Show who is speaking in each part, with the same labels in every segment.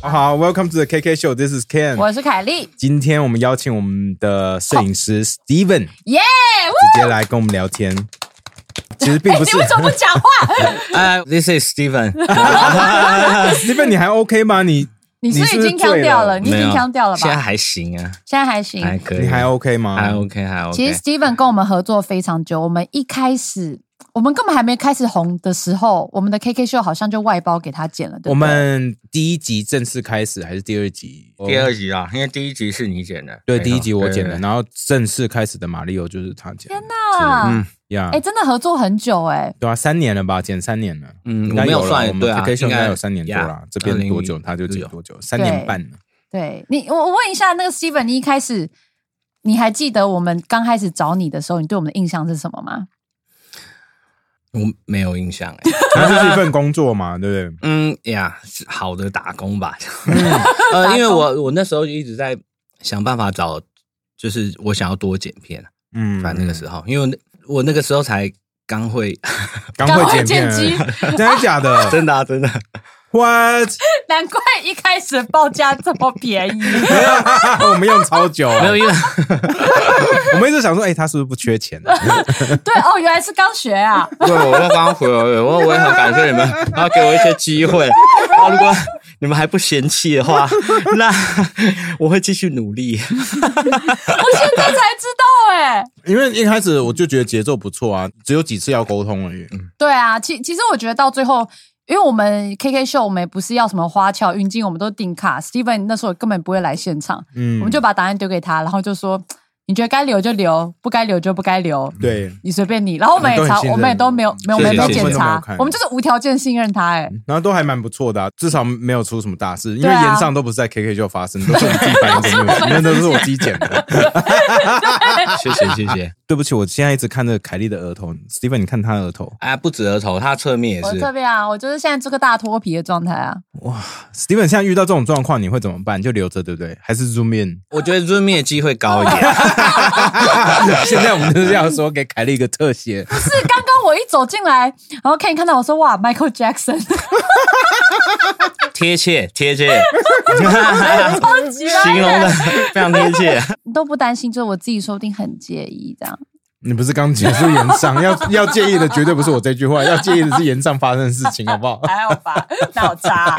Speaker 1: 好，Welcome to the KK Show. This is Ken.
Speaker 2: 我是凯莉，
Speaker 1: 今天我们邀请我们的摄影师 Steven
Speaker 2: 耶、
Speaker 1: 直接来跟我们聊天。其实并不是
Speaker 2: 哎你为什么不讲话？
Speaker 3: 啊、t h i s is Steven
Speaker 1: 啊，Steven，你还 OK 吗？你
Speaker 2: 你是不是已经
Speaker 1: 你是不
Speaker 2: 腔
Speaker 1: 是
Speaker 2: 掉了，
Speaker 1: 醉
Speaker 2: 你已
Speaker 3: 没有。
Speaker 2: 经腔掉了吧？
Speaker 3: 现在还行啊，
Speaker 2: 现在还行。
Speaker 3: 还可以，
Speaker 1: 你还 OK 吗？
Speaker 3: 还 OK 还 OK。
Speaker 2: 其实 Steven 跟我们合作非常久，我们一开始，我们根本还没开始红的时候，我们的 KK 秀好像就外包给他剪了，对不对
Speaker 1: 我们第一集正式开始还是第二集？
Speaker 3: 第二集啊，因为第一集是你剪的，
Speaker 1: 对
Speaker 3: 没错
Speaker 1: 第一集我剪的，
Speaker 3: 对
Speaker 1: 然后正式开始的马里奥就是他剪的。天
Speaker 2: 啊
Speaker 1: 嗯呀
Speaker 2: 哎、真的合作很久哎、
Speaker 1: 对啊，三年了吧，减三年了。
Speaker 3: 嗯
Speaker 1: 应该
Speaker 3: 我没有
Speaker 1: 了
Speaker 3: 算
Speaker 1: 我们
Speaker 3: 对啊
Speaker 1: KK 秀应该
Speaker 3: 应该
Speaker 1: 有三年多啦
Speaker 3: 呀。
Speaker 1: 这边多久
Speaker 3: 2006
Speaker 1: 他就减多久，三年半了。
Speaker 2: 对你，我我问一下那个 Steven，你一开始你还记得我们刚开始找你的时候，你对我们的印象是什么吗？
Speaker 3: 我没有印 象哎。
Speaker 1: 那这是一份工作嘛，对不
Speaker 3: 嗯呀，是好的打工吧。
Speaker 1: 嗯
Speaker 3: 呃，因为我我那时候就一直在想办法找，就是我想要多剪片，
Speaker 1: 对？嗯，
Speaker 3: 反正那个时候，因为我那我那个时候才 刚会，
Speaker 1: 刚
Speaker 2: 刚
Speaker 1: 会
Speaker 2: 会
Speaker 1: 剪片
Speaker 2: 剪辑
Speaker 1: 而 已，真的假的
Speaker 3: 真的啊真的，
Speaker 1: 哦？What？
Speaker 2: 难怪一开始报价这么便宜，
Speaker 1: 啊我们用超久，
Speaker 3: 没有因为
Speaker 1: 我们一直想说，哎，他是不是不缺钱？
Speaker 2: 对哦，原来是刚学啊。
Speaker 3: 对，我要刚回我我我也很感谢 你们，然后给我一些机会。然后如果你们还不嫌弃的话， 那我会继续努力。
Speaker 2: 我现在才知道哎、
Speaker 1: 因为一开始我就觉得节奏不错啊，只有几次要沟通而已。
Speaker 2: 对啊，其其实我觉得到最后，因为我们 KK 秀，我们也不是要什么花俏运镜，我们都定卡。Steven 那时候根本不会来现场，
Speaker 1: 嗯，
Speaker 2: 我们就把答案丢给他，然后就说你觉得该留就留，不该留就不该留。
Speaker 1: 对。
Speaker 2: 你随便你，然后我们
Speaker 1: 我
Speaker 2: 也
Speaker 1: 们都
Speaker 2: 查
Speaker 1: 很信，任
Speaker 2: 我们也都没有没有没
Speaker 3: 谢谢
Speaker 2: 有被
Speaker 3: 谢谢
Speaker 1: 我
Speaker 2: 检
Speaker 1: 们都没有
Speaker 2: 查
Speaker 1: 看，嗯
Speaker 2: 我们就是无条件信任他、哎，
Speaker 1: 然后都还蛮不错的、啊，至少没有出什么大事，因为
Speaker 2: 对啊
Speaker 1: 延上都不是在 KK 就发生，都是我自己办公室，因为都是我自己剪 的。
Speaker 3: 谢谢谢谢。
Speaker 1: 对不起，我现在一直看着凯莉的额头，Steven，你看她的额头
Speaker 3: 哎，不止额头，他侧面也
Speaker 2: 我
Speaker 3: 是。
Speaker 2: 特别啊，我就是现在这个大脱皮的状态啊，
Speaker 1: ，Steven 现在遇到这种状况你会怎么办？就留着对不对？还是 zoom in？
Speaker 3: 我觉得 Zoom 面机会高一 点。
Speaker 1: 现在我们就是要说给凯莉一个特写，
Speaker 2: 不是刚刚我一走进来，然后 Ken 看到我说哇 Michael Jackson，
Speaker 3: 贴切贴切，
Speaker 2: 超级 啊
Speaker 3: 形容的非常贴切。
Speaker 2: 你都不担心，就是我自己说不定很介意这样。
Speaker 1: 你不是刚结束延上， 要要介意的绝对不是我这句话，要介意的是延上发生的事情，好不 好？
Speaker 2: 还好吧，脑渣。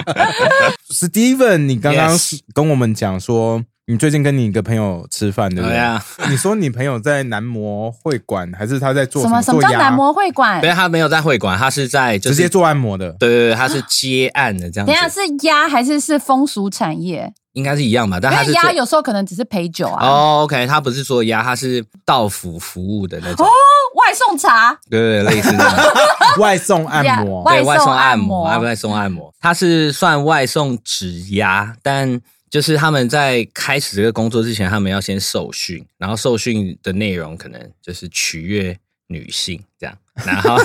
Speaker 1: Steven，你刚刚
Speaker 3: Yes
Speaker 1: 跟我们讲说，你最近跟你一个朋友吃饭，对不
Speaker 3: 对啊
Speaker 1: 对？
Speaker 3: 呀，
Speaker 1: 你说你朋友在男模会馆，还是他在做
Speaker 2: 什么什
Speaker 1: 做
Speaker 2: 么叫
Speaker 1: 牙
Speaker 2: 男模会馆
Speaker 3: 因？为他没有在会馆，他是在就
Speaker 1: 直
Speaker 3: 是
Speaker 1: 接。做按摩 的？
Speaker 3: 对对对，他是接案的这样
Speaker 2: 等一下
Speaker 3: 子，
Speaker 2: 是鸭还是是风俗产业？
Speaker 3: 应该是一样吧？但
Speaker 2: 因
Speaker 3: 他
Speaker 2: 为
Speaker 3: 是做
Speaker 2: 鸭有时候可能只是陪酒啊，
Speaker 3: 哦，OK，他不是做鸭，他是到府服务的那
Speaker 2: 哦
Speaker 3: 种。
Speaker 2: 外送茶。
Speaker 3: 对对，类似那种
Speaker 1: 外送按摩
Speaker 2: 呀外
Speaker 3: 对外
Speaker 2: 送
Speaker 3: 送
Speaker 2: 按
Speaker 3: 按
Speaker 2: 摩
Speaker 3: 摩，啊外送按摩，它是算外送指压，但就是他们在开始这个工作之前，他们要先受训，然后受训的内容可能就是取悦女性这样，然后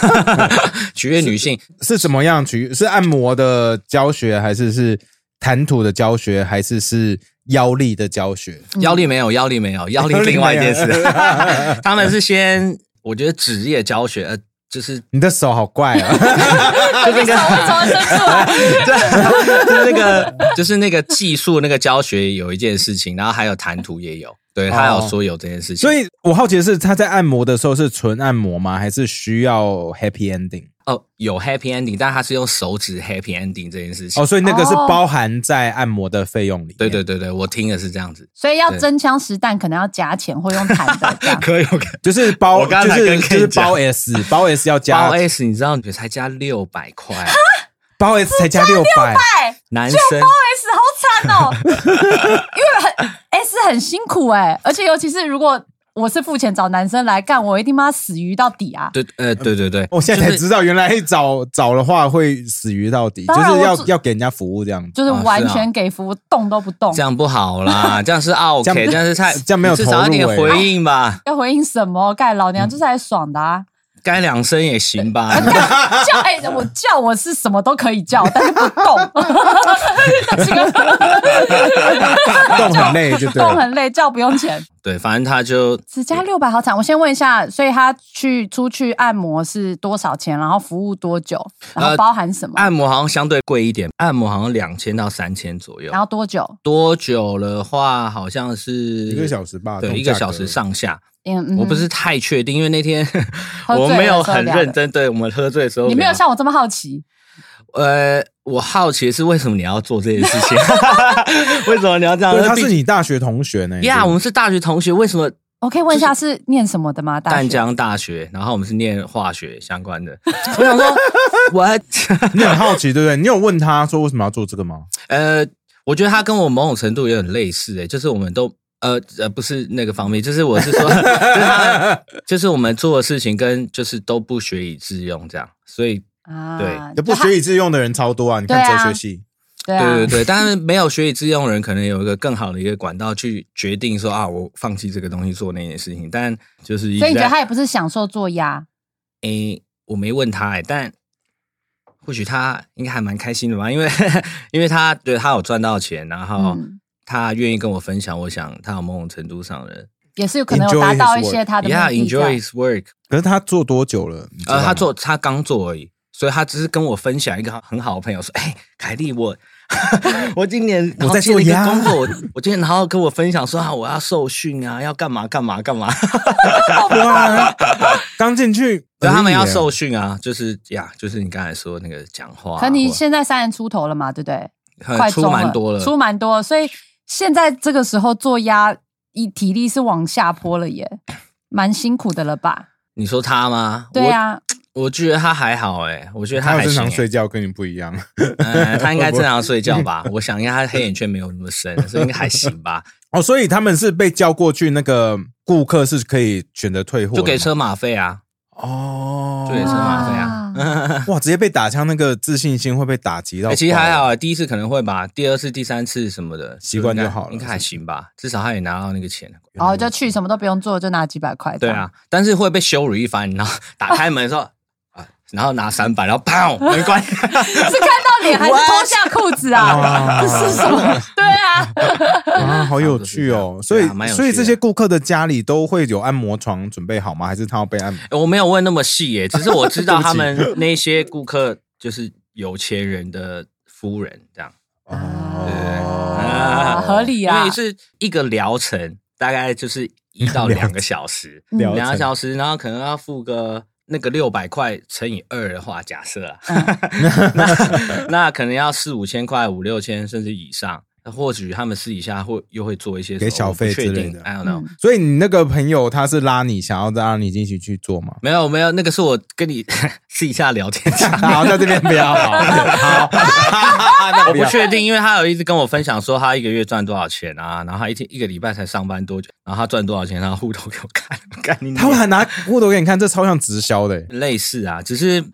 Speaker 3: 取悦女性，
Speaker 1: 是怎么样去？是按摩的教学，还是是谈吐的教学，还是是腰力的教学？
Speaker 3: 腰力没有，腰力没有，腰力
Speaker 1: 腰力
Speaker 3: 另外一件
Speaker 1: 没有
Speaker 3: 事，他们是先我觉得职业教学，呃，就是
Speaker 1: 你的手好怪啊！
Speaker 2: 为什么为什么生 出来？
Speaker 3: 就是那个，就是那个技术那个教学有一件事情，然后还有谈吐也有，对他有说有这件事情，
Speaker 1: 哦所以我好奇的是，他在按摩的时候是纯按摩吗？还是需要 happy ending？
Speaker 3: 哦有 happy ending，但他是用手指 happy ending 这件事情。
Speaker 1: 哦，
Speaker 3: 哦，
Speaker 1: 所以那个是
Speaker 2: 哦
Speaker 1: 包含在按摩的费用里面。
Speaker 3: 对对对对，我听的是这样子，
Speaker 2: 所以要真枪实弹，可能要加钱或用弹 的这样。
Speaker 3: 可以可以。
Speaker 1: 就是包，
Speaker 3: 我刚
Speaker 1: 就
Speaker 3: 才
Speaker 1: 是
Speaker 3: 跟
Speaker 1: 就是
Speaker 3: Ken 讲
Speaker 1: 包 S，包 S 要
Speaker 3: 包
Speaker 1: 加
Speaker 3: S，你知道你才加六百 块，
Speaker 1: 包 S 才加六百，
Speaker 2: 哎
Speaker 3: 男生
Speaker 2: S 好惨哦， 因为很 S 很辛苦哎、而且尤其是如果我是付钱找男生来干，我一定妈死鱼到底啊！
Speaker 3: 对呃对对对，
Speaker 1: 我现在才
Speaker 3: 就是
Speaker 1: 知道原来找找的话会死鱼到底，就
Speaker 3: 啊
Speaker 2: 当然
Speaker 1: 是
Speaker 2: 我
Speaker 1: 要
Speaker 2: 只
Speaker 1: 要给人家服务这样 子。
Speaker 2: 就是
Speaker 3: 哦是啊
Speaker 2: 完全给服务，动都不动
Speaker 3: 这。样不 好啦，这样是 OK，
Speaker 1: 这样
Speaker 3: 但是太
Speaker 1: 这样没有
Speaker 3: 至少
Speaker 1: 投
Speaker 3: 要
Speaker 1: 入
Speaker 3: 点
Speaker 1: 欸
Speaker 3: 回应吧。嗯
Speaker 2: 要回应什么？盖老娘这才爽的啊！
Speaker 3: 该两声也行吧？
Speaker 2: 叫哎、我叫我是什么都可以叫，但是不动， 这个
Speaker 3: 啊
Speaker 1: 动很累就对了
Speaker 2: 动很累，叫不用钱，
Speaker 3: 对，反正他就
Speaker 2: 只加六百好惨。我先问一下，所以他去出去按摩是多少钱？然后服务多久？然后
Speaker 3: 呃
Speaker 2: 包含什么？
Speaker 3: 按摩好像相对贵一点，按摩好像两千到三千左右
Speaker 2: 然。后多久？
Speaker 3: 多久的话，好像是
Speaker 1: 一
Speaker 3: 一
Speaker 1: 个小时吧，这
Speaker 3: 对，
Speaker 1: 种
Speaker 3: 一个
Speaker 1: 价
Speaker 3: 小
Speaker 1: 格
Speaker 3: 时上下。
Speaker 2: 嗯，嗯
Speaker 3: 我不是太确定，因为那天
Speaker 2: 喝醉
Speaker 3: 我没有
Speaker 2: 的时候
Speaker 3: 很
Speaker 2: 聊的
Speaker 3: 认真，对我们喝醉的时候
Speaker 2: 嗯
Speaker 3: 聊，
Speaker 2: 你没有像我这么好奇，
Speaker 3: 呃，我好奇的是为什么你要做这件事情？ 为什么你要这样？
Speaker 1: 对，他是
Speaker 3: 呃毕
Speaker 1: 你大学同学呢？
Speaker 3: 呀，
Speaker 1: 对
Speaker 3: 我们是大学同学，为什么
Speaker 2: 我可以问一下是念什么的吗？大
Speaker 3: 淡
Speaker 2: 学
Speaker 3: 江大学？然后我们是念化学相 关的。我想说，我
Speaker 1: 你很好奇，对不对？你有问他说为什么要做这个 吗？
Speaker 3: 呃，我觉得他跟我某种程度有点类似、诶，就是我们都呃呃不是那个方面，就是我是说， 就是他就是我们做的事情跟就是都不学以致用这样，所以
Speaker 2: 啊，
Speaker 3: 对
Speaker 1: 不学以致用的人超多啊！你
Speaker 2: 对
Speaker 1: 看
Speaker 2: 啊
Speaker 1: 哲学系，
Speaker 2: 对
Speaker 3: 对对
Speaker 2: 啊，
Speaker 3: 对，但是没有学以致用的人，可能有一个更好的一个管道去决定说啊，我放弃这个东西做那件事情。但就是一
Speaker 2: 所以你觉
Speaker 3: 直
Speaker 2: 得
Speaker 3: 在
Speaker 2: 他也不是享受做鸭？
Speaker 3: 诶，我没问他诶，欸但或许他应该还蛮开心的吧，因为 因为他对他有赚到钱，然后
Speaker 2: 嗯
Speaker 3: 他愿意跟我分享，我想他有某种程度上的
Speaker 2: 也是有可能有达到一些他的
Speaker 3: ，Yeah
Speaker 2: 目的在
Speaker 3: enjoy his work，
Speaker 1: 可是他做多久了？你知道
Speaker 3: 呃，
Speaker 1: 吗
Speaker 3: 他做他刚做而已，所以他只是跟我分享一个很好的朋友说，哎、凯莉，我 我今年
Speaker 1: 我在
Speaker 3: 然后接了
Speaker 1: 做
Speaker 3: 一个
Speaker 1: 鸭
Speaker 3: 工作，我我今年然后跟我分享说啊，我要受训啊，要干嘛干嘛干嘛，
Speaker 1: 哇，刚进去，
Speaker 3: 对他们要
Speaker 1: 而
Speaker 3: 受
Speaker 1: 已
Speaker 3: 训啊，就是呀，就是你刚才说那个讲话、啊，
Speaker 2: 可你
Speaker 3: 或
Speaker 2: 现在三十出头了嘛，对不对？
Speaker 3: 呃
Speaker 2: 快
Speaker 3: 出
Speaker 2: 中
Speaker 3: 蛮多了，
Speaker 2: 出蛮多了，所以现在这个时候做鸭，一体力是往下坡了耶，蛮辛苦的了吧？
Speaker 3: 你说他吗？
Speaker 2: 对啊，
Speaker 3: 我，我觉得他还好哎、我觉得
Speaker 1: 耶，他
Speaker 3: 还
Speaker 1: 有正
Speaker 3: 行、
Speaker 1: 常睡
Speaker 3: 欸，
Speaker 1: 觉，跟你不一样。
Speaker 3: 呃，他应该正常睡 觉吧？我想应该他黑眼圈没有那么深，所以应该还行吧。
Speaker 1: 哦，所以他们是被叫过去，那个顾客是可以选择退货的
Speaker 3: 就
Speaker 1: 吗，
Speaker 3: 给车马费啊，
Speaker 1: 哦，
Speaker 3: 就给车马费啊。
Speaker 1: 哇，直接被打枪，那个自信心会被打击到
Speaker 3: 欸
Speaker 1: 爆。
Speaker 3: 其实还好啊，第一次可能会吧，第二次、第三次什么的，
Speaker 1: 习惯就
Speaker 3: 应该
Speaker 1: 好了
Speaker 3: 应该还行吧，至少他也拿到那个钱。
Speaker 2: 然后哦就去什么都不用做，就拿几百块。
Speaker 3: 对，啊，但是会被羞辱一番，然后 打开门说啊，然后拿三百，然后砰， 门关，啊
Speaker 2: 是看到脸还是脱下裤子啊？
Speaker 1: 哇
Speaker 2: 这是什么？对啊，
Speaker 1: 啊，好有趣哦！所
Speaker 3: 对
Speaker 1: 以
Speaker 3: 啊蛮有趣的
Speaker 1: 所以这些顾客的家里都会有按摩床准备好吗？还是他要被按摩？
Speaker 3: 欸我没有问那么细 耶，只是我知
Speaker 1: 对
Speaker 3: 道
Speaker 1: 不起
Speaker 3: 他们那些顾客就是有钱人的夫人这样，
Speaker 2: 啊，合理
Speaker 3: 因
Speaker 2: 啊
Speaker 3: 为。是一个疗程，大概就是一到两个小时，
Speaker 1: 疗
Speaker 3: 两个
Speaker 1: 程
Speaker 3: 小时，然后可能要付个那个六百块乘以二的话，假设啊， 那那可能要四五千块、五六千甚至以上。那或许他们私底下会又会做一些
Speaker 1: 给
Speaker 3: 什么
Speaker 1: 小费
Speaker 3: 我不确
Speaker 1: 之类
Speaker 3: 定
Speaker 1: 的
Speaker 3: ，I don't know。
Speaker 2: 嗯
Speaker 1: 所以你那个朋友他是拉你，想要再让你一起去做吗？
Speaker 3: 没有没有，那个是我跟你 私底下聊天讲的
Speaker 1: 好，在这边不要，好，好，那不
Speaker 3: 我 不
Speaker 1: 要。
Speaker 3: 确定，因为他有一直跟我分享说他一个月赚多少钱啊，然后他一天一个礼拜才上班多久，然后他赚多少钱，然后户头给我看， 看你
Speaker 1: 他们还拿木头给你看，这超像直销的欸，
Speaker 3: 类似啊，只是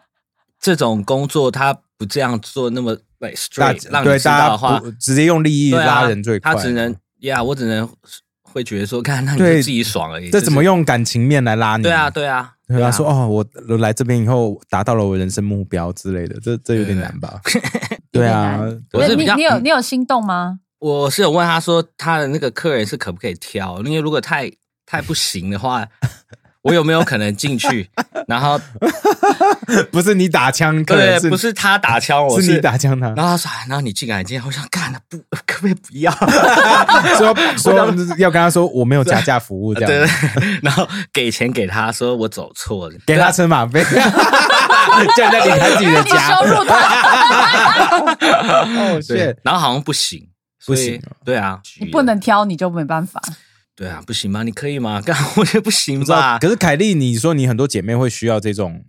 Speaker 3: 这种工作他不这样做那么 like
Speaker 1: 大
Speaker 3: straight 让
Speaker 1: 对
Speaker 3: 你知道
Speaker 1: 大
Speaker 3: 的
Speaker 1: 家
Speaker 3: 话
Speaker 1: 不，直接用利益
Speaker 3: 对啊
Speaker 1: 拉人最快，
Speaker 3: 他只能呀我只能会觉得说，看那你就
Speaker 1: 对
Speaker 3: 自己爽而已，
Speaker 1: 这
Speaker 3: 就是
Speaker 1: 怎么？用感情面来拉你？
Speaker 3: 对啊，对啊，
Speaker 1: 对
Speaker 3: 啊
Speaker 1: 啊，说哦，我我来这边以后达到了我人生目标之类的，这这有点难吧？ 对啊，
Speaker 3: 我
Speaker 2: 那
Speaker 3: 是比
Speaker 2: 你
Speaker 3: 较
Speaker 2: 你有你有心动吗？
Speaker 3: 我是有问他说他的那个客人是可不可以挑，因为如果太太不行 的话，我有没有可能进去，然后
Speaker 1: 不是你打枪，可能
Speaker 3: 对，
Speaker 1: 是
Speaker 3: 不是他打枪我，
Speaker 1: 是你打枪 他，
Speaker 3: 然后他说，哎然后你进来，进来，我想干了，不， 可不可以不要？
Speaker 1: 说说要跟他说我没有加价服务这
Speaker 3: 对
Speaker 1: 样
Speaker 3: 对
Speaker 1: 子，，
Speaker 3: 然后给钱给他，说我走错了，啊
Speaker 1: 给他车 马费，叫人家离开自己
Speaker 2: 因为
Speaker 1: 的
Speaker 2: 你
Speaker 1: 家
Speaker 2: 羞，辱 他，
Speaker 1: 哦，
Speaker 3: 对
Speaker 1: 谢，，
Speaker 3: 然后好像不行，所以
Speaker 1: 不行啊
Speaker 3: 对啊，
Speaker 2: 你不能，挑，你就没办法。
Speaker 3: 对啊，不行吗？你可以吗？ 干，我觉得不行
Speaker 1: 不知道
Speaker 3: 吧
Speaker 1: 可。是凯莉，你说你很多姐妹会需要这种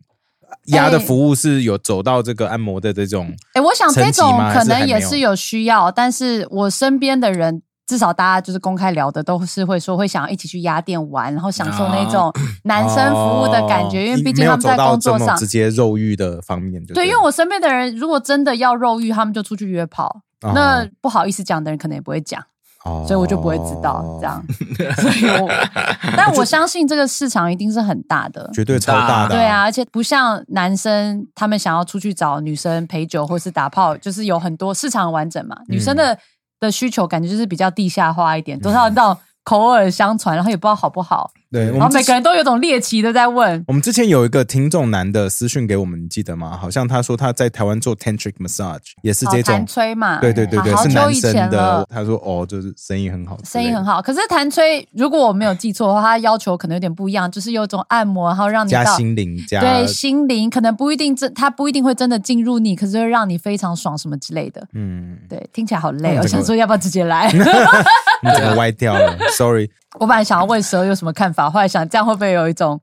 Speaker 1: 压的服务，是有走到这个按摩的这种
Speaker 2: 哎、我想这
Speaker 1: 层级
Speaker 2: 种
Speaker 1: 吗
Speaker 2: 可
Speaker 1: 还是还
Speaker 2: 能也
Speaker 1: 没有
Speaker 2: 是有需要，但是我身边的人，至少大家就是公开聊的，都是会说会想要一起去鸭店玩，然后享受那种男生服务的感觉，
Speaker 1: 啊哦
Speaker 2: 因为毕
Speaker 1: 没
Speaker 2: 竟
Speaker 1: 有
Speaker 2: 他们在
Speaker 1: 走到
Speaker 2: 工作
Speaker 1: 这么
Speaker 2: 上
Speaker 1: 直。接肉欲的方面就
Speaker 2: 对，因为我身边的人如果真的要肉欲，他们就出去约炮。
Speaker 1: 哦
Speaker 2: 那不好意思讲的人可能也不会讲，
Speaker 1: 哦
Speaker 2: 所以我就不会知道这。样。 所以我，但我相信这个市场一定是很大的。
Speaker 1: 绝对超大的、
Speaker 2: 对啊，，而且不像男生，他们想要出去找女生陪酒或是打
Speaker 1: 嗯
Speaker 2: 炮，就是有很多市场完整嘛。女生的的需求感觉就是比较地下化一点，多少那种口耳相传，然后也不知道好不好，
Speaker 1: 对我
Speaker 2: 然后
Speaker 1: 们之
Speaker 2: 每个人都有种猎奇的在问。
Speaker 1: 我们之前有一个听众男的私讯给我们，你记得吗？好像他说他在台湾做 tantric massage，也是这
Speaker 2: 哦
Speaker 1: 种
Speaker 2: 弹，吹嘛，
Speaker 1: 对对对对，
Speaker 2: 好
Speaker 1: 是
Speaker 2: 久
Speaker 1: 男
Speaker 2: 以
Speaker 1: 生
Speaker 2: 前
Speaker 1: 的
Speaker 2: 了。。
Speaker 1: 他说哦，就是生意很好，
Speaker 2: 生意很，好，可是弹吹，如果我没有记错的话，它要求可能有点不一样，就是有种按摩，然后让你
Speaker 1: 加
Speaker 2: 到
Speaker 1: 心啊灵加
Speaker 2: 对心灵，可能不一定真，它不一定会真的进入你，可是会让你非常爽什么之类的。
Speaker 1: 嗯，
Speaker 2: 对，听起来好累
Speaker 1: 嗯
Speaker 2: 哦，
Speaker 1: 这
Speaker 2: 我
Speaker 1: 个
Speaker 2: 想说要不要直接来？
Speaker 1: 你整个歪掉了？Sorry，
Speaker 2: 我本来想要问蛇有什么看法，后来想这样会不会有一种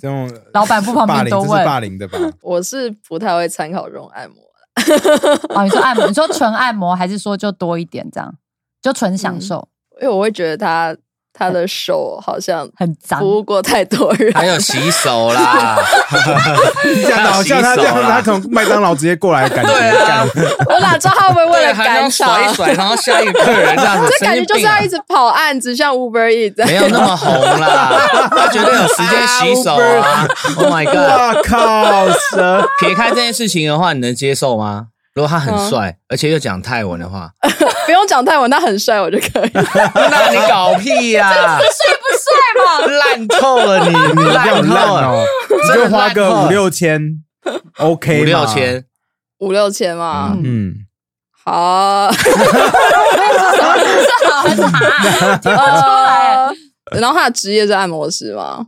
Speaker 1: 这种
Speaker 2: 嗯老板不方
Speaker 1: 霸
Speaker 2: 便
Speaker 1: 凌，这
Speaker 2: 多
Speaker 1: 是
Speaker 2: 问
Speaker 1: 霸凌 的吧？
Speaker 4: 我是不太会参考这种按摩，
Speaker 2: 啊？你说按摩，你说纯按摩，还是说就多一点这样，就纯享受，
Speaker 4: 因为我会觉得他他的手好像
Speaker 2: 很脏
Speaker 4: 服务过太 多人，
Speaker 3: 还有洗手啦，
Speaker 1: 你讲的好像 他这样，
Speaker 3: 洗手啦
Speaker 1: 他可能麦当劳直接过来，感觉
Speaker 3: 对啊，
Speaker 4: 我哪知道他会不会为
Speaker 3: 对，啊
Speaker 4: 了
Speaker 3: 还要
Speaker 4: 赶场？
Speaker 3: 甩啊一甩，然后下一个客人这样子，
Speaker 4: 这感觉就是要一直跑案子，像 Uber E 这
Speaker 3: 没
Speaker 4: 样。
Speaker 3: 有那么红 啦，他绝对有时间洗手 啊。oh my god！
Speaker 1: 哇 靠，蛇
Speaker 3: 撇开这件事情的话，你能接受吗？如果他
Speaker 4: 嗯
Speaker 3: 很帅，而且又讲泰文的话，
Speaker 4: 不用讲泰文，他很帅，我就可以。
Speaker 3: 那你搞屁
Speaker 2: 帅
Speaker 3: 呀！
Speaker 2: 不帅嘛？
Speaker 3: 烂透了你，你
Speaker 1: 你
Speaker 3: 烂
Speaker 1: 好
Speaker 3: 透
Speaker 1: 烂
Speaker 3: 了，
Speaker 1: 哦，你
Speaker 3: 真
Speaker 1: 就
Speaker 3: 的
Speaker 1: 花
Speaker 3: 烂
Speaker 1: 个
Speaker 3: 透
Speaker 1: 五
Speaker 3: 了
Speaker 1: 六 千，OK，
Speaker 3: 五
Speaker 1: 嘛
Speaker 3: 六，千，
Speaker 4: 五六千嘛，
Speaker 2: 嗯
Speaker 1: 嗯，
Speaker 4: 好，
Speaker 2: 是好还是哈？ 听不出来，
Speaker 4: 呃然后他的职业是按摩师 嘛，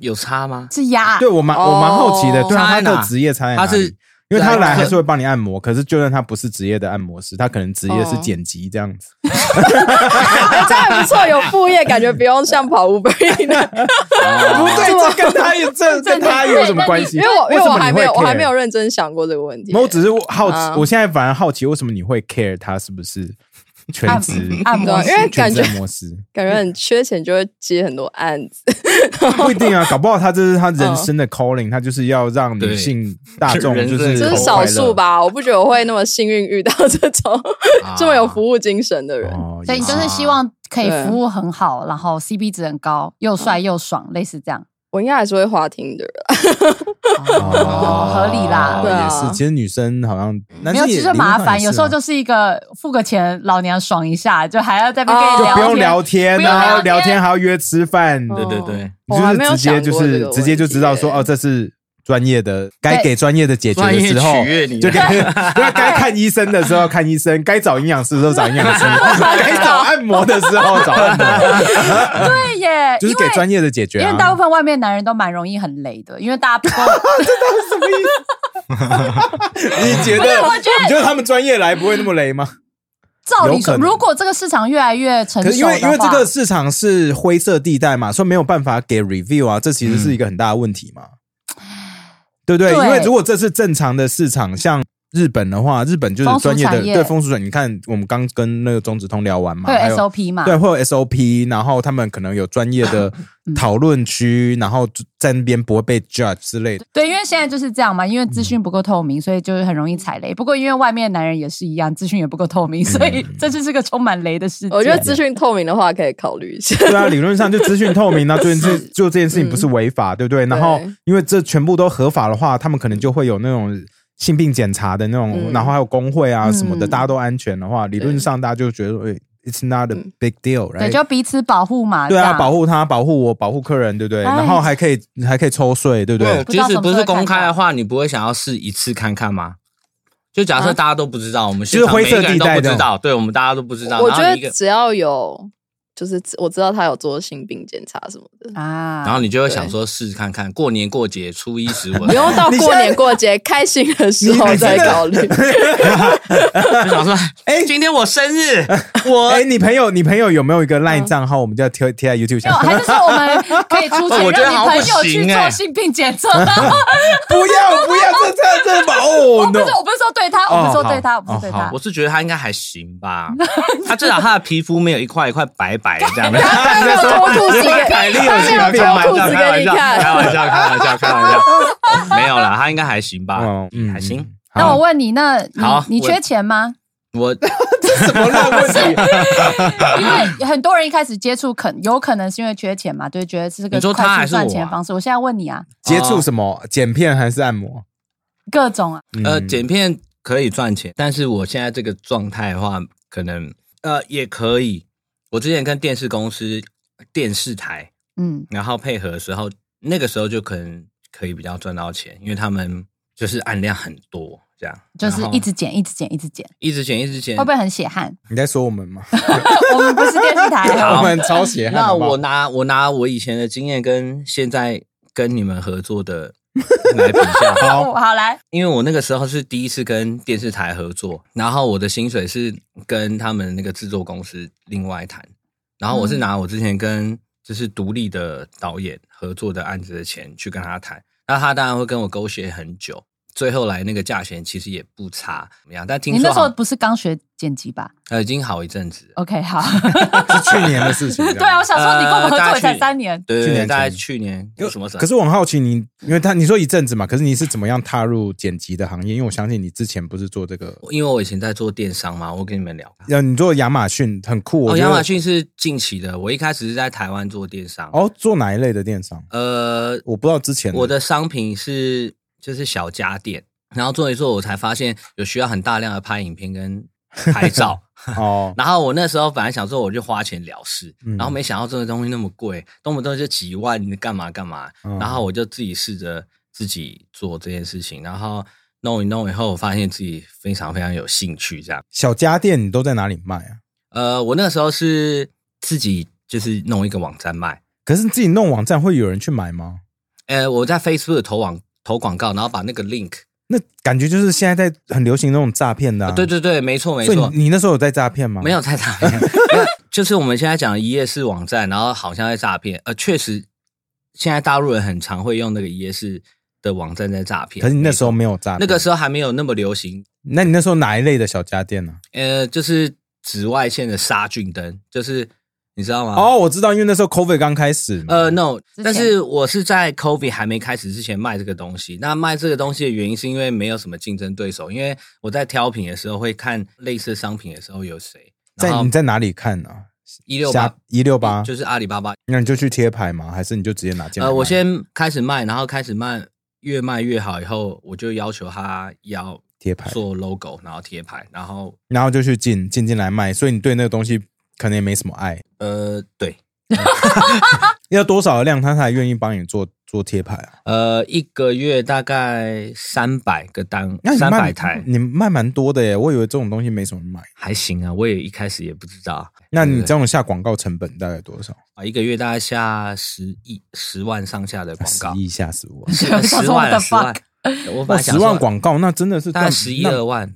Speaker 3: 有差吗？
Speaker 2: 是鸭
Speaker 1: 对。我蛮我蛮好奇的，
Speaker 4: 哦
Speaker 1: 对啊，
Speaker 3: 差
Speaker 1: 他
Speaker 3: 在哪
Speaker 1: 的职业差在哪
Speaker 3: 他
Speaker 1: 里
Speaker 3: 是
Speaker 1: 因为他来
Speaker 3: 来客
Speaker 1: 还是会帮你按摩，可是就算他不是职业的按摩师，他可能职业
Speaker 2: 哦
Speaker 1: 是剪辑这样子。
Speaker 2: 啊
Speaker 4: 哎，这还不错，有副业，感觉不用像跑 Uber E 的。
Speaker 1: 不对，这跟他有这跟他有什么关系？
Speaker 4: 因为我
Speaker 1: 为
Speaker 4: 因为
Speaker 1: 什么
Speaker 4: 我
Speaker 1: 你
Speaker 4: 还没有
Speaker 1: 会
Speaker 4: 我还没
Speaker 1: care？
Speaker 4: 有认真想过这个问题
Speaker 1: 没。有我只是好奇，
Speaker 4: 嗯
Speaker 1: 我现在反而好奇，为什么你会 care 他是不是全职
Speaker 2: 按摩
Speaker 4: 对，
Speaker 2: 师
Speaker 4: 因
Speaker 1: 全
Speaker 4: 为感
Speaker 1: 职
Speaker 4: 觉
Speaker 1: 按摩师？
Speaker 4: 感觉很缺钱，就会接很多案子。
Speaker 1: 不一定啊，搞不好他这是他人生 的 calling，他就是要让女性大众
Speaker 3: 对
Speaker 1: 就
Speaker 3: 人
Speaker 1: 是
Speaker 3: 生
Speaker 4: 这
Speaker 3: 的
Speaker 4: 是少数吧，我不觉得我会那么幸运遇到这 种
Speaker 3: 啊
Speaker 4: 啊这么有服务精神的人。
Speaker 1: 哦，
Speaker 2: 所以你
Speaker 1: 也是
Speaker 2: 就是希望可以服务很好，然后 CP 值很高，又帅又爽，类似这样。
Speaker 4: 我应该还是会滑听的人，
Speaker 2: 哦，合理啦。
Speaker 4: 对啊
Speaker 1: 也是。其实女生好像男
Speaker 2: 没有，
Speaker 1: 生
Speaker 2: 其
Speaker 1: 也
Speaker 2: 实麻
Speaker 1: 理论上
Speaker 2: 烦，
Speaker 1: 也
Speaker 2: 有时
Speaker 1: 是
Speaker 2: 候
Speaker 1: 啊
Speaker 2: 就是一个付个钱，老娘爽一下，就还要在那边跟
Speaker 4: 哦
Speaker 1: 就
Speaker 2: 你
Speaker 1: 不用
Speaker 2: 聊
Speaker 1: 聊天，啊嗯
Speaker 2: 不用
Speaker 1: 然后
Speaker 2: 聊
Speaker 1: 聊
Speaker 2: 天
Speaker 1: 天还要约吃饭，
Speaker 4: 哦
Speaker 3: 对对对，
Speaker 1: 你
Speaker 4: 我还没
Speaker 1: 就
Speaker 4: 有
Speaker 1: 是直接就
Speaker 4: 想过这
Speaker 1: 是
Speaker 4: 个
Speaker 1: 直接就知道说
Speaker 4: 问题
Speaker 1: 哦，这是专业的，该给专业的解决
Speaker 3: 专
Speaker 1: 的
Speaker 3: 业
Speaker 1: 哦时候
Speaker 3: 取，悦
Speaker 4: 啊
Speaker 3: 你
Speaker 1: 就给该该看医生的时候看医生，该找营养师的时候找营养 师，该找按摩的时候找按摩，
Speaker 2: 天。对耶，
Speaker 1: 就是
Speaker 2: 因为
Speaker 1: 给专业的解决
Speaker 2: 因
Speaker 1: 啊
Speaker 2: 为。大部分外面男人都蛮容易很雷的，因为大家不够，
Speaker 1: 你觉得你觉得他们专业来不会那么雷吗？
Speaker 2: 照理
Speaker 1: 有可
Speaker 2: 说，
Speaker 1: 能
Speaker 2: 如果这个市场越来越成
Speaker 1: 可是因
Speaker 2: 熟的
Speaker 1: 为
Speaker 2: 话，
Speaker 1: 因为这个市场是灰色地带嘛，所以没有办法给 review 啊，这其实是一个很大的问题 嘛，对不对？
Speaker 2: 对
Speaker 1: 因为如果这是正常的市场，像日本的话，日本就是专业
Speaker 2: 风俗
Speaker 1: 的
Speaker 2: 产业
Speaker 1: 对风俗产业，你看我们刚跟那个中子通聊完嘛，
Speaker 2: 会有
Speaker 1: 还有
Speaker 2: SOP 嘛，
Speaker 1: 对，会有 SOP，然后他们可能有专业 的讨论区，然后在那边不会被 judge 之类的。
Speaker 2: 对，因为现在就是这样嘛，因为资讯不够透明，所以就是很容易踩雷。不过因为外面的男人也是一样，资讯也不够透
Speaker 1: 嗯
Speaker 2: 明，所以这就是个充满雷的
Speaker 3: 嗯
Speaker 2: 世界。
Speaker 4: 我觉得资讯透明的话可以考虑一下。
Speaker 1: 对啊，理论上就资讯透明，那这件事就这件事情不是违法，对不对？然后因为这全部都合法的话，他们可能就会有那种性病检查的那种，
Speaker 4: 嗯
Speaker 1: 然后还有工会啊什么的，
Speaker 2: 嗯
Speaker 1: 大家都安全的话，理论上大家就觉得，哎、i t s not a
Speaker 4: 嗯
Speaker 1: big deal，
Speaker 2: 对，
Speaker 1: right？
Speaker 2: 就彼此保护嘛，
Speaker 1: 对
Speaker 2: 这
Speaker 1: 啊，
Speaker 2: 样
Speaker 1: 保护他，保护我，保护客人，对不对？
Speaker 2: 哎
Speaker 1: 然后还可以还可以抽税，对不对？
Speaker 3: 即使不是公开的话，你不会想要试一次看看吗？就假
Speaker 4: 啊
Speaker 3: 设大家都不知道，我们现
Speaker 1: 就
Speaker 3: 场
Speaker 1: 是灰色
Speaker 3: 每一个
Speaker 1: 地
Speaker 3: 人
Speaker 1: 带的
Speaker 3: 都不知道，对我们大家都不知道。
Speaker 4: 我
Speaker 3: 啊然
Speaker 4: 觉
Speaker 3: 后
Speaker 4: 得
Speaker 3: 你一个
Speaker 4: 只要有，就是我知道他有做性病检查什么 的，
Speaker 2: 啊，
Speaker 3: 然后你就会想说试试看看，过年过节初一十五，
Speaker 4: 不用到过年过节开心的时候再考 虑。
Speaker 3: 就想说， 哎，今天我生日，我
Speaker 1: 哎、你朋友，你朋友有没有一个 LINE 账号？我们就要贴贴在 YouTube
Speaker 2: 没
Speaker 1: 上
Speaker 2: 有，。还是说我们可以出钱
Speaker 3: 我觉得
Speaker 2: 让你
Speaker 3: 好像
Speaker 2: 朋
Speaker 3: 不
Speaker 2: 友去
Speaker 3: 行
Speaker 2: 做
Speaker 3: 欸
Speaker 2: 性病检
Speaker 1: Oh,
Speaker 2: 测？我
Speaker 1: 不要不要，这这这哦
Speaker 2: 不是， 我不是说对他，我不是说对
Speaker 1: 哦
Speaker 2: 他，我不是对
Speaker 1: 好
Speaker 2: 他
Speaker 1: 哦
Speaker 3: 我。是觉得他应该还行 吧，他至少他的皮肤没有一块一块白白的 这样的。
Speaker 4: 他没有脱裤子给，
Speaker 3: 凯莉
Speaker 4: 他没有
Speaker 3: 开玩
Speaker 4: 脱裤
Speaker 3: 笑，
Speaker 4: 子
Speaker 3: 开玩
Speaker 4: 给你
Speaker 3: 笑，开
Speaker 4: 看。
Speaker 3: 玩笑，开玩笑，开玩 笑，没有啦，他
Speaker 1: 嗯哦
Speaker 3: 应该还行吧，还行。。
Speaker 2: 那我问你，那
Speaker 3: 好
Speaker 2: 你你
Speaker 3: 我
Speaker 2: 缺钱吗？
Speaker 3: 我
Speaker 1: 什么烂问题？
Speaker 2: 因为很多人一开始接触肯，有可能是因为缺钱嘛，就是觉得这是个
Speaker 3: 你说他
Speaker 2: 快
Speaker 3: 还
Speaker 2: 速
Speaker 3: 是我啊
Speaker 2: 赚钱的方式。我现在问你啊，
Speaker 1: 接触什么剪片还是按摩？
Speaker 2: 各种啊，
Speaker 1: 嗯
Speaker 3: 呃，剪片可以赚钱，但是我现在这个状态的话，可能呃也可以。我之前跟电视公司、电视台，
Speaker 2: 嗯，
Speaker 3: 然后配合的时候，那个时候就可能可以比较赚到钱，因为他们就是按量很多，这样
Speaker 2: 就是
Speaker 3: 然后嗯
Speaker 2: 一直剪，一直剪，一直剪，
Speaker 3: 一直剪，一直剪
Speaker 2: 会。不会很血汗？
Speaker 1: 你在说我们吗？
Speaker 2: 我们不是电视 台哦，
Speaker 1: 我们超血汗
Speaker 3: 那
Speaker 1: 好不好。
Speaker 3: 我拿我拿我以前的经验跟现在跟你们合作的来比 较，
Speaker 1: 好
Speaker 2: 哦好来，
Speaker 3: 因为我那个时候是第一次跟电视台合作，然后我的薪水是跟他们那个制作公司另外谈，然后我
Speaker 1: 嗯
Speaker 3: 是拿我之前跟就是独立的导演合作的案子的钱去跟他谈，那他当然会跟我勾结很久，最后来那个价钱其实也不差，怎么样？但听
Speaker 2: 你
Speaker 3: 说
Speaker 2: 那时
Speaker 3: 好
Speaker 2: 候不是刚学剪辑吧
Speaker 3: 呃已经好一阵
Speaker 1: 哦
Speaker 3: 子了，
Speaker 2: ？OK，好，
Speaker 1: 是去年的事情。这样
Speaker 2: 对啊，我想说你跟我们合
Speaker 3: 呃大
Speaker 2: 作
Speaker 3: 家
Speaker 2: 也才
Speaker 3: 去
Speaker 2: 三年，
Speaker 3: 对
Speaker 1: 去
Speaker 3: 对
Speaker 1: 年
Speaker 3: 对，
Speaker 1: 前
Speaker 3: 大概去年有什么啊时候
Speaker 1: 可是我很好奇你，因为他你说一阵子嘛，可是你是怎么样踏入剪辑的行业？因为我相信你之前不是做这个，
Speaker 3: 因为我以前在做电商嘛，我跟你们聊。
Speaker 1: 要你做亚马逊很酷。我
Speaker 3: 哦，
Speaker 1: 觉得
Speaker 3: 亚马逊是近期的，我一开始是在台湾做电商。
Speaker 1: 哦，做哪一类的电商？
Speaker 3: 呃，
Speaker 1: 我不知道之前
Speaker 3: 我的商品是就是小家电，然后做一做，我才发现有需要很大量的拍影片跟拍 照。
Speaker 1: 哦，
Speaker 3: 然后我那时候本来想说我就花钱了事，
Speaker 1: 嗯
Speaker 3: 然后没想到这个东西那么贵，动不动就几万，你干嘛干嘛。
Speaker 1: 嗯
Speaker 3: 然后我就自己试着自己做这件事情，然后弄一弄以后，我发现自己非常非常有兴趣这样。
Speaker 1: 小家电你都在哪里卖啊？
Speaker 3: 呃，我那时候是自己就是弄一个网站卖，
Speaker 1: 可是你自己弄网站会有人去买吗？
Speaker 3: 呃，我在 Facebook 投网投广告，然后把那个 link，、
Speaker 1: 那感觉就是现在在很流行那种诈骗的、啊
Speaker 3: 对对对，没错没
Speaker 1: 所
Speaker 3: 错
Speaker 1: 以，你你那时候有在诈骗吗？
Speaker 3: 没有在诈 骗，没有就是我们现在讲的一页式网站，然后好像在诈骗，呃，确实现在大陆人很常会用那个一页式的网站在诈骗，
Speaker 1: 可是你那时候
Speaker 3: 没
Speaker 1: 没有诈
Speaker 3: 错
Speaker 1: 骗，
Speaker 3: 那个时候还没有那么流行，
Speaker 1: 那你那时候哪一类的小家电呢、
Speaker 3: 呃，就是紫外线的杀菌灯，就是你知道吗？
Speaker 1: 哦，我知道，因为那时候 COVID 刚开始嘛，
Speaker 3: 啊呃，no，
Speaker 2: 前
Speaker 3: 但是我是在 COVID 还没开始之前卖这个东西。那卖这个东西的原因是因为没有什么竞争对手，因为我在挑品的时候会看类似商品的时候有谁。
Speaker 1: 在你在哪里看啊？
Speaker 3: 一六
Speaker 1: 虾
Speaker 3: 八嗯
Speaker 1: 一六八，
Speaker 3: 就是阿里巴巴。
Speaker 1: 那你就去贴牌吗？还是你就直接拿进来卖？
Speaker 3: 呃，我先开始卖，然后开始卖，越卖越好，以后我就要求他要
Speaker 1: 贴牌
Speaker 3: 做 logo，然后贴牌，然后
Speaker 1: 然后就去进进进来卖，所以你对那个东西可能也没什么爱。
Speaker 3: 呃，对，
Speaker 1: 要多少的量他才愿意帮你做做贴牌啊？
Speaker 3: 呃，一个月大概三百个单
Speaker 1: 那，你
Speaker 3: 三百
Speaker 1: 卖
Speaker 3: 台。
Speaker 1: 你卖蛮多的耶，我以为这种东西没什么人买。
Speaker 3: 还行啊，我也一开始也不知道。
Speaker 1: 那你
Speaker 3: 对
Speaker 1: 这种下广告成本大概多少？
Speaker 3: 啊，一个月大概下十亿、十万上下的广告
Speaker 1: 啊十，亿吓死我！
Speaker 3: 十十万啊、
Speaker 2: 我想
Speaker 3: 十
Speaker 2: 说 what
Speaker 3: 万
Speaker 2: the，
Speaker 3: 我
Speaker 1: 哇，
Speaker 3: 本来想
Speaker 1: 十
Speaker 3: 说
Speaker 1: 万广告那真的是
Speaker 3: 大概十一
Speaker 1: 那
Speaker 3: 二万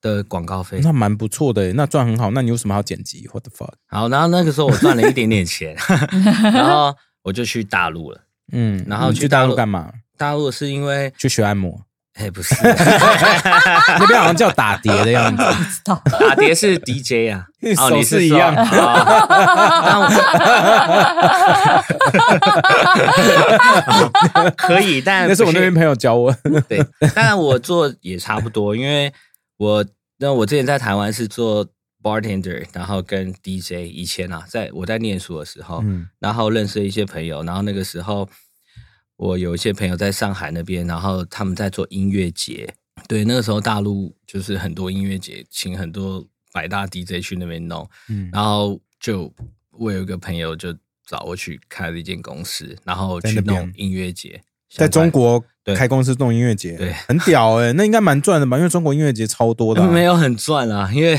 Speaker 3: 的广告费。
Speaker 1: 那蛮不错的耶，欸那赚很好。那你为什么还要剪辑？What the fuck？
Speaker 3: 好，然后那个时候我赚了一点点钱， 然后我就去大陆了。
Speaker 1: 嗯，
Speaker 3: 然后
Speaker 1: 你去
Speaker 3: 去
Speaker 1: 大
Speaker 3: 大
Speaker 1: 陆
Speaker 3: 陆
Speaker 1: 干嘛？
Speaker 3: 大陆是因为，
Speaker 1: 去学按摩？
Speaker 3: 哎，不是，
Speaker 1: 那边好像叫打碟的样子。
Speaker 2: 不知道，
Speaker 3: 打碟是 DJ 啊，哦，
Speaker 1: 手
Speaker 3: 你
Speaker 1: 势
Speaker 3: 是
Speaker 1: 一
Speaker 3: 说
Speaker 1: 样
Speaker 3: 哦当我哦 可以，但
Speaker 1: 那是我那
Speaker 3: 不
Speaker 1: 边朋友教我。
Speaker 3: 对，当然我做也差不多，因为我那我之前在台湾是做 bartender，然后跟 DJ。以前啊，在我在念书的时候，
Speaker 1: 嗯
Speaker 3: 然后认识一些朋友，然后那个时候我有一些朋友在上海那边，然后他们在做音乐节。对，那个时候大陆就是很多音乐节，请很多百大 DJ 去那边弄，
Speaker 1: 嗯，
Speaker 3: 然后就我有一个朋友就找我去开了一间公司，然后
Speaker 1: 在
Speaker 3: 去
Speaker 1: 那边
Speaker 3: 弄音乐节，
Speaker 1: 在中
Speaker 3: 国。
Speaker 1: 国
Speaker 3: 对
Speaker 1: 开公司弄音乐节，
Speaker 3: 对
Speaker 1: 很屌哎、那应该蛮赚的吧？因为中国音乐节超 多的、
Speaker 3: 没
Speaker 1: 有，
Speaker 3: 有很赚啊，因为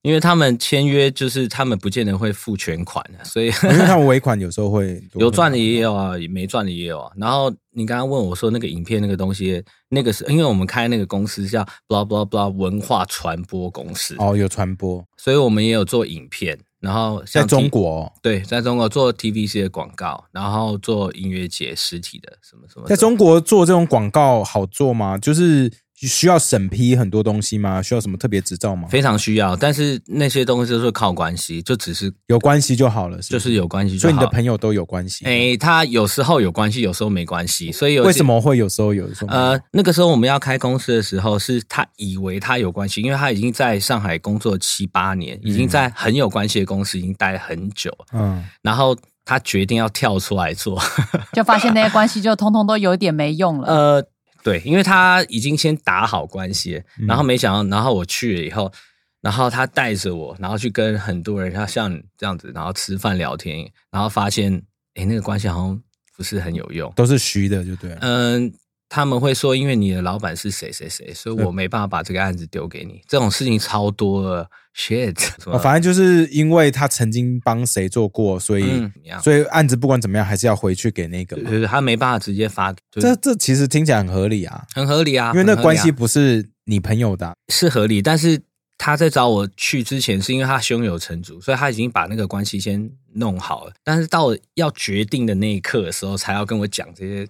Speaker 3: 因为他们签约就是他们不见得会付全款 的、所以
Speaker 1: 因为他们尾款有时候会
Speaker 3: 有赚的也有啊，也没赚的也有啊。然后你刚刚问我说那个影片那个东西，那个是因为我们开那个公司叫 blah blah blah 文化传播公司，
Speaker 1: 哦，有传播，
Speaker 3: 所以我们也有做影片，然后像
Speaker 1: 在中
Speaker 3: T-
Speaker 1: 国哦、
Speaker 3: 对，在中国做 TVC 的广告，然后做音乐节实体的什么什么的，
Speaker 1: 在中国做这种广告好做吗？就是需要审批很多东西吗？需要什么特别执照吗？
Speaker 3: 非常需要，但是那些东西都是靠关系，就只是
Speaker 1: 有关系就好了，是
Speaker 3: 就
Speaker 1: 不
Speaker 3: 是有关系就
Speaker 1: 所
Speaker 3: 好。
Speaker 1: 以你的朋友都有关系。
Speaker 3: 哎，他有时候有关系，有时候没关系，所以有些
Speaker 1: 为什么会有时候有的时候没有？
Speaker 3: 呃，那个时候我们要开公司的时候，是他以为他有关系，因为他已经在上海工作七八年，已经在很有关系的公司已经待了很久，
Speaker 1: 嗯，
Speaker 3: 然后他决定要跳出来做。
Speaker 2: 就发现那些关系就通通都有点没用了。
Speaker 3: 呃，对，因为他已经先打好关系了，
Speaker 1: 嗯
Speaker 3: 然后没想到，然后我去了以后，然后他带着我，然后去跟很多人，他像你这样子，然后吃饭聊天，然后发现，诶，那个关系好像不是很有用。
Speaker 1: 都是虚的，就对了。
Speaker 3: 嗯，他们会说，因为你的老板是谁谁谁，所以我没办法把这个案子丢给你。这种事情超多了，shit，什么、
Speaker 1: 哦，反正就是因为他曾经帮谁做过，所以、
Speaker 3: 嗯，怎么样
Speaker 1: 所以案子不管怎么样，还是要回去给那个嘛。
Speaker 3: 就是他没办法直接发，就是
Speaker 1: 这这其实听起来很合理啊，
Speaker 3: 很合理啊，
Speaker 1: 因为那
Speaker 3: 很合
Speaker 1: 关
Speaker 3: 理啊
Speaker 1: 系不是你朋友的啊、
Speaker 3: 是合理，但是他在找我去之前，是因为他胸有成竹，所以他已经把那个关系先弄好了。但是到了要决定的那一刻的时候，才要跟我讲这些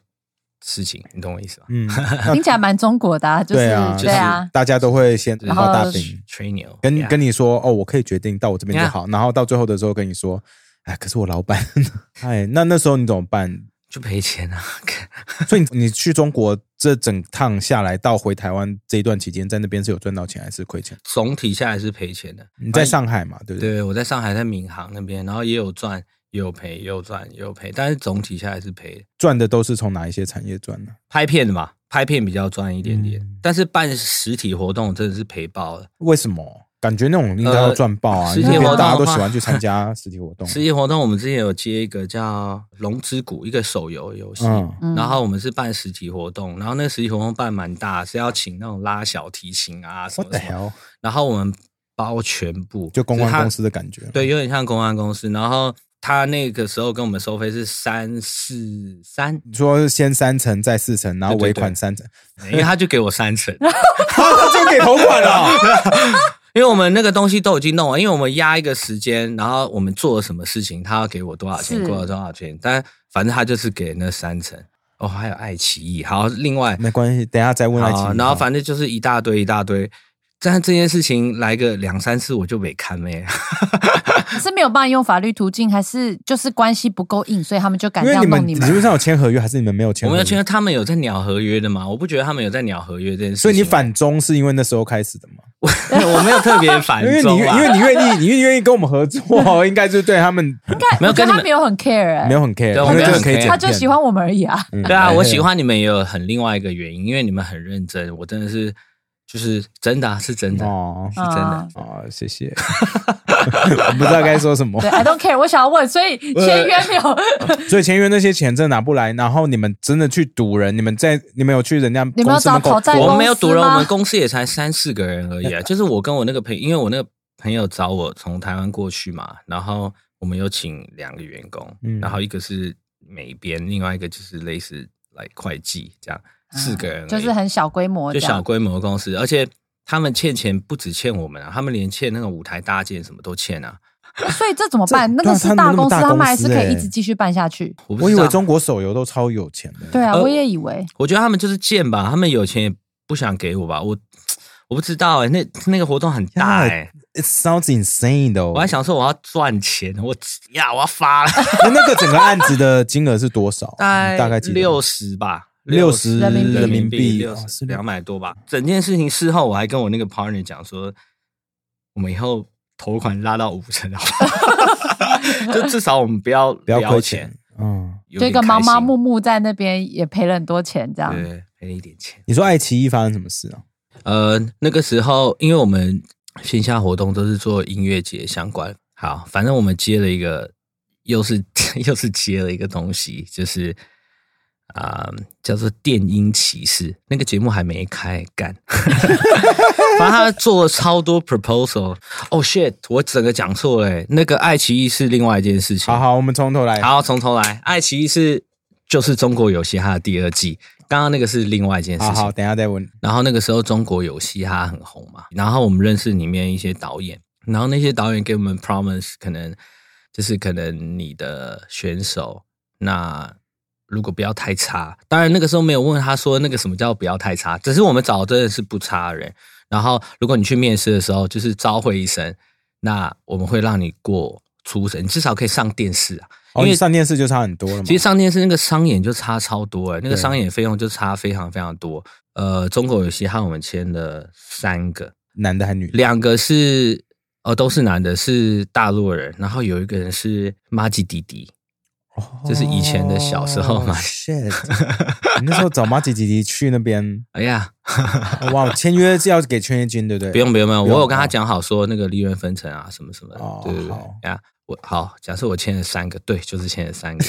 Speaker 3: 事情，你懂我意思吧？
Speaker 1: 嗯，那
Speaker 2: 听起来蛮中国的、啊，就是
Speaker 1: 对啊，
Speaker 2: 对啊，
Speaker 1: 大家都会先
Speaker 3: 然
Speaker 1: 然
Speaker 3: 后
Speaker 1: 后大饼
Speaker 3: 吹牛，
Speaker 1: 跟
Speaker 3: yeah
Speaker 1: 跟你说哦，我可以决定到我这边就好，然后到最后的时候跟你说，哎，可是我老板， 哎，那那时候你怎么办？
Speaker 3: 就赔钱啊！
Speaker 1: 所以你你去中国这整趟下来，到回台湾这一段期间，在那边是有赚到钱还是亏钱？
Speaker 3: 总体下来是赔钱的。
Speaker 1: 你在上海嘛，对不对？
Speaker 3: 哎对，我在上海，在民航那边，然后也有赚，也有赔，也有赚，也有赔，但是总体下来是赔的。
Speaker 1: 赚的都是从哪一些产业赚的？
Speaker 3: 拍片的嘛，拍片比较赚一点点，
Speaker 1: 嗯
Speaker 3: 但是办实体活动真的是赔爆了。
Speaker 1: 为什么？感觉那种应该要赚爆啊！
Speaker 3: 呃
Speaker 1: 因为
Speaker 2: 实体活动
Speaker 1: 大家都
Speaker 3: 的话
Speaker 1: 喜欢去参加实体活动。
Speaker 3: 实际活动我们之前有接一个叫《龙之谷》一个手游游戏，
Speaker 1: 嗯，
Speaker 2: 嗯
Speaker 3: 然后我们是办实体活动，然后那个实体活动办蛮大，是要请那种拉小提琴啊什
Speaker 1: 我
Speaker 3: 么
Speaker 1: 的
Speaker 3: 什么，
Speaker 1: hell，
Speaker 3: 然后我们包全部，
Speaker 1: 就公关公
Speaker 3: 司，
Speaker 1: 司的感觉。
Speaker 3: 对，，有点像公关公司。然后他那个时候跟我们收费是三四三，
Speaker 1: 你说是先三层再四层，然后
Speaker 3: 对对
Speaker 1: 尾
Speaker 3: 对
Speaker 1: 款三层，
Speaker 3: 因为他就给我三成，
Speaker 1: 啊，这样给头款了。啊
Speaker 3: 因为我们那个东西都已经弄完，因为我们压一个时间，然后我们做了什么事情，他要给我多少钱，
Speaker 2: 是
Speaker 3: 给我多少钱，但反正他就是给那三成。哦，还有爱奇艺，好，另外
Speaker 1: 没关系，等一下再问爱
Speaker 3: 好，
Speaker 1: 情。
Speaker 3: 然后反正就是一大堆一大堆。但这件事情来个两三次我就没看没，
Speaker 2: 可是没有办法用法律途径，还是就是关系不够硬，所以他们就敢
Speaker 1: 因为
Speaker 2: 这样
Speaker 1: 你
Speaker 2: 弄
Speaker 1: 们
Speaker 2: 你
Speaker 1: 理论
Speaker 2: 们。
Speaker 1: 上有签合约，还是你们没有签？
Speaker 3: 我们要签，他们有在鸟合约的吗？我不觉得他们有在鸟合约这件事情。
Speaker 1: 所以你反中是因为那时候开始的嘛？
Speaker 3: 我没有特别反
Speaker 1: 因为你
Speaker 3: 中
Speaker 1: 因
Speaker 3: 啊，
Speaker 1: 为你愿意，你愿意跟我们合作，应该就是对他们
Speaker 3: 没有
Speaker 2: 我觉
Speaker 3: 跟
Speaker 2: 得
Speaker 3: 你
Speaker 2: 他
Speaker 3: 们
Speaker 2: 没有很 care，、欸、
Speaker 1: 没有很 care，
Speaker 3: 对我
Speaker 1: 因为
Speaker 3: 没有
Speaker 1: 这个
Speaker 3: 很
Speaker 1: 可以
Speaker 3: care
Speaker 1: 剪片。
Speaker 2: 他就喜欢我们而已啊。
Speaker 1: 嗯。
Speaker 3: 对啊，我喜欢你们也有很另外一个原因，因为你们很认真，我真的是就是真的啊是真的
Speaker 1: 哦
Speaker 3: 是真的
Speaker 2: 啊。
Speaker 1: 哦，谢谢。 我不知道该说什么
Speaker 2: 对。，I don't care。我想要问，所以签约没有？
Speaker 1: 所以签约那些钱真的拿不来，然后你们真的去堵人，你们在你们有去人家
Speaker 2: 你们
Speaker 1: 公
Speaker 2: 要
Speaker 1: 司
Speaker 2: 找
Speaker 1: 门口
Speaker 2: 讨债公司
Speaker 3: 我
Speaker 2: 吗
Speaker 3: 们没有赌了，我们公司也才三四个人而已啊。就是我跟我那个朋因为我那个朋友找我从台湾过去嘛，然后我们有请两个员工，
Speaker 1: 嗯
Speaker 3: 然后一个是美编，另外一个就是类似来会计这样， 四个人而已、
Speaker 2: 啊 就是很小规模，
Speaker 3: 就小。规模的公司，而且他们欠钱不止欠我们啊，他们连欠那个舞台搭建什么都欠啊。
Speaker 2: 所以这怎么办？
Speaker 1: 这
Speaker 2: 那个是
Speaker 1: 对啊他
Speaker 2: 大
Speaker 1: 们那
Speaker 2: 公
Speaker 1: 么
Speaker 2: 司，
Speaker 1: 大
Speaker 2: 他们
Speaker 1: 公
Speaker 2: 还
Speaker 1: 司
Speaker 2: 是可
Speaker 1: 欸
Speaker 2: 以一直继续办下去。
Speaker 3: 我不
Speaker 1: 我
Speaker 3: 知
Speaker 1: 以
Speaker 3: 道
Speaker 1: 为中国手游都超有钱的，
Speaker 2: 对啊，
Speaker 3: 呃
Speaker 2: 我也以为。
Speaker 3: 我觉得他们就是贱吧，他们有钱也不想给我吧，我我不知道哎、那那个活动很大哎、
Speaker 1: ，It sounds insane 的哦。
Speaker 3: 我还想说我要赚钱，我呀我要发了，
Speaker 1: 那那个整个案子的金额是多少？
Speaker 3: 大
Speaker 1: 你大概几
Speaker 3: 六十吧，
Speaker 1: 60
Speaker 2: 人民币
Speaker 3: 人民
Speaker 1: 哦
Speaker 3: 六
Speaker 1: 是
Speaker 3: 十
Speaker 1: 六
Speaker 3: 两百多吧。整件事情事后我还跟我那个 partner 讲说，我们以后头款拉到五成好不好？ 就至少我们不要不
Speaker 1: 不要亏
Speaker 3: 钱
Speaker 1: 钱，。嗯，
Speaker 3: 有
Speaker 2: 就
Speaker 3: 点
Speaker 2: 一个
Speaker 3: 开
Speaker 2: 妈妈
Speaker 3: 心
Speaker 2: 木木在那边也赔了很多钱，这样
Speaker 3: 对赔了一点钱。
Speaker 1: 你说爱奇艺发生什么事啊？
Speaker 3: 呃，那个时候因为我们线下活动都是做音乐节相关，好，反正我们接了一个，又是 又是接了一个东西，就是啊、叫做《电音骑士》那个节目还没开干， 反正他做了超多 proposal。哦、shit，我整个讲错了欸，那个爱奇艺是另外一件事情。
Speaker 1: 好好，我们从头来。
Speaker 3: 好，从头来，爱奇艺是就是中国有嘻哈的第二季，刚刚那个是另外一件事
Speaker 1: 好
Speaker 3: 情。
Speaker 1: 好，等一下再问。
Speaker 3: 然后那个时候中国有嘻哈很红嘛，然后我们认识里面一些导演，然后那些导演给我们 promise 可能就是可能你的选手，那如果不要太差，当然那个时候没有问他说那个什么叫不要太差，只是我们找真的是不差的人。然后如果你去面试的时候，就是招会一声，那我们会让你过初审，你至少可以上电视啊。
Speaker 1: 哦，
Speaker 3: 因
Speaker 1: 你
Speaker 3: 为
Speaker 1: 上电视就差很多了嘛。
Speaker 3: 其实上电视那个商演就差超多哎、那个
Speaker 1: 对
Speaker 3: 商演费用就差非常非常多。呃，中国有嘻哈我们签了三个，
Speaker 1: 男的还 女的，
Speaker 3: 两个是呃都是男的，是大陆人，然后有一个人是马吉弟弟，这是以前的小时候嘛
Speaker 1: 哦 shit，你那时候找马吉吉吉去那边，
Speaker 3: 哎呀，
Speaker 1: 哇，签约是要给签约金，对不对？
Speaker 3: 不用不用不用，
Speaker 1: 不用
Speaker 3: 我有跟他
Speaker 1: 哦
Speaker 3: 讲好说那个利润分成啊什么什么的，
Speaker 1: 哦
Speaker 3: 对对对
Speaker 1: 好，
Speaker 3: 哎呀。我好，假设我签了三个，对，就是签了三个，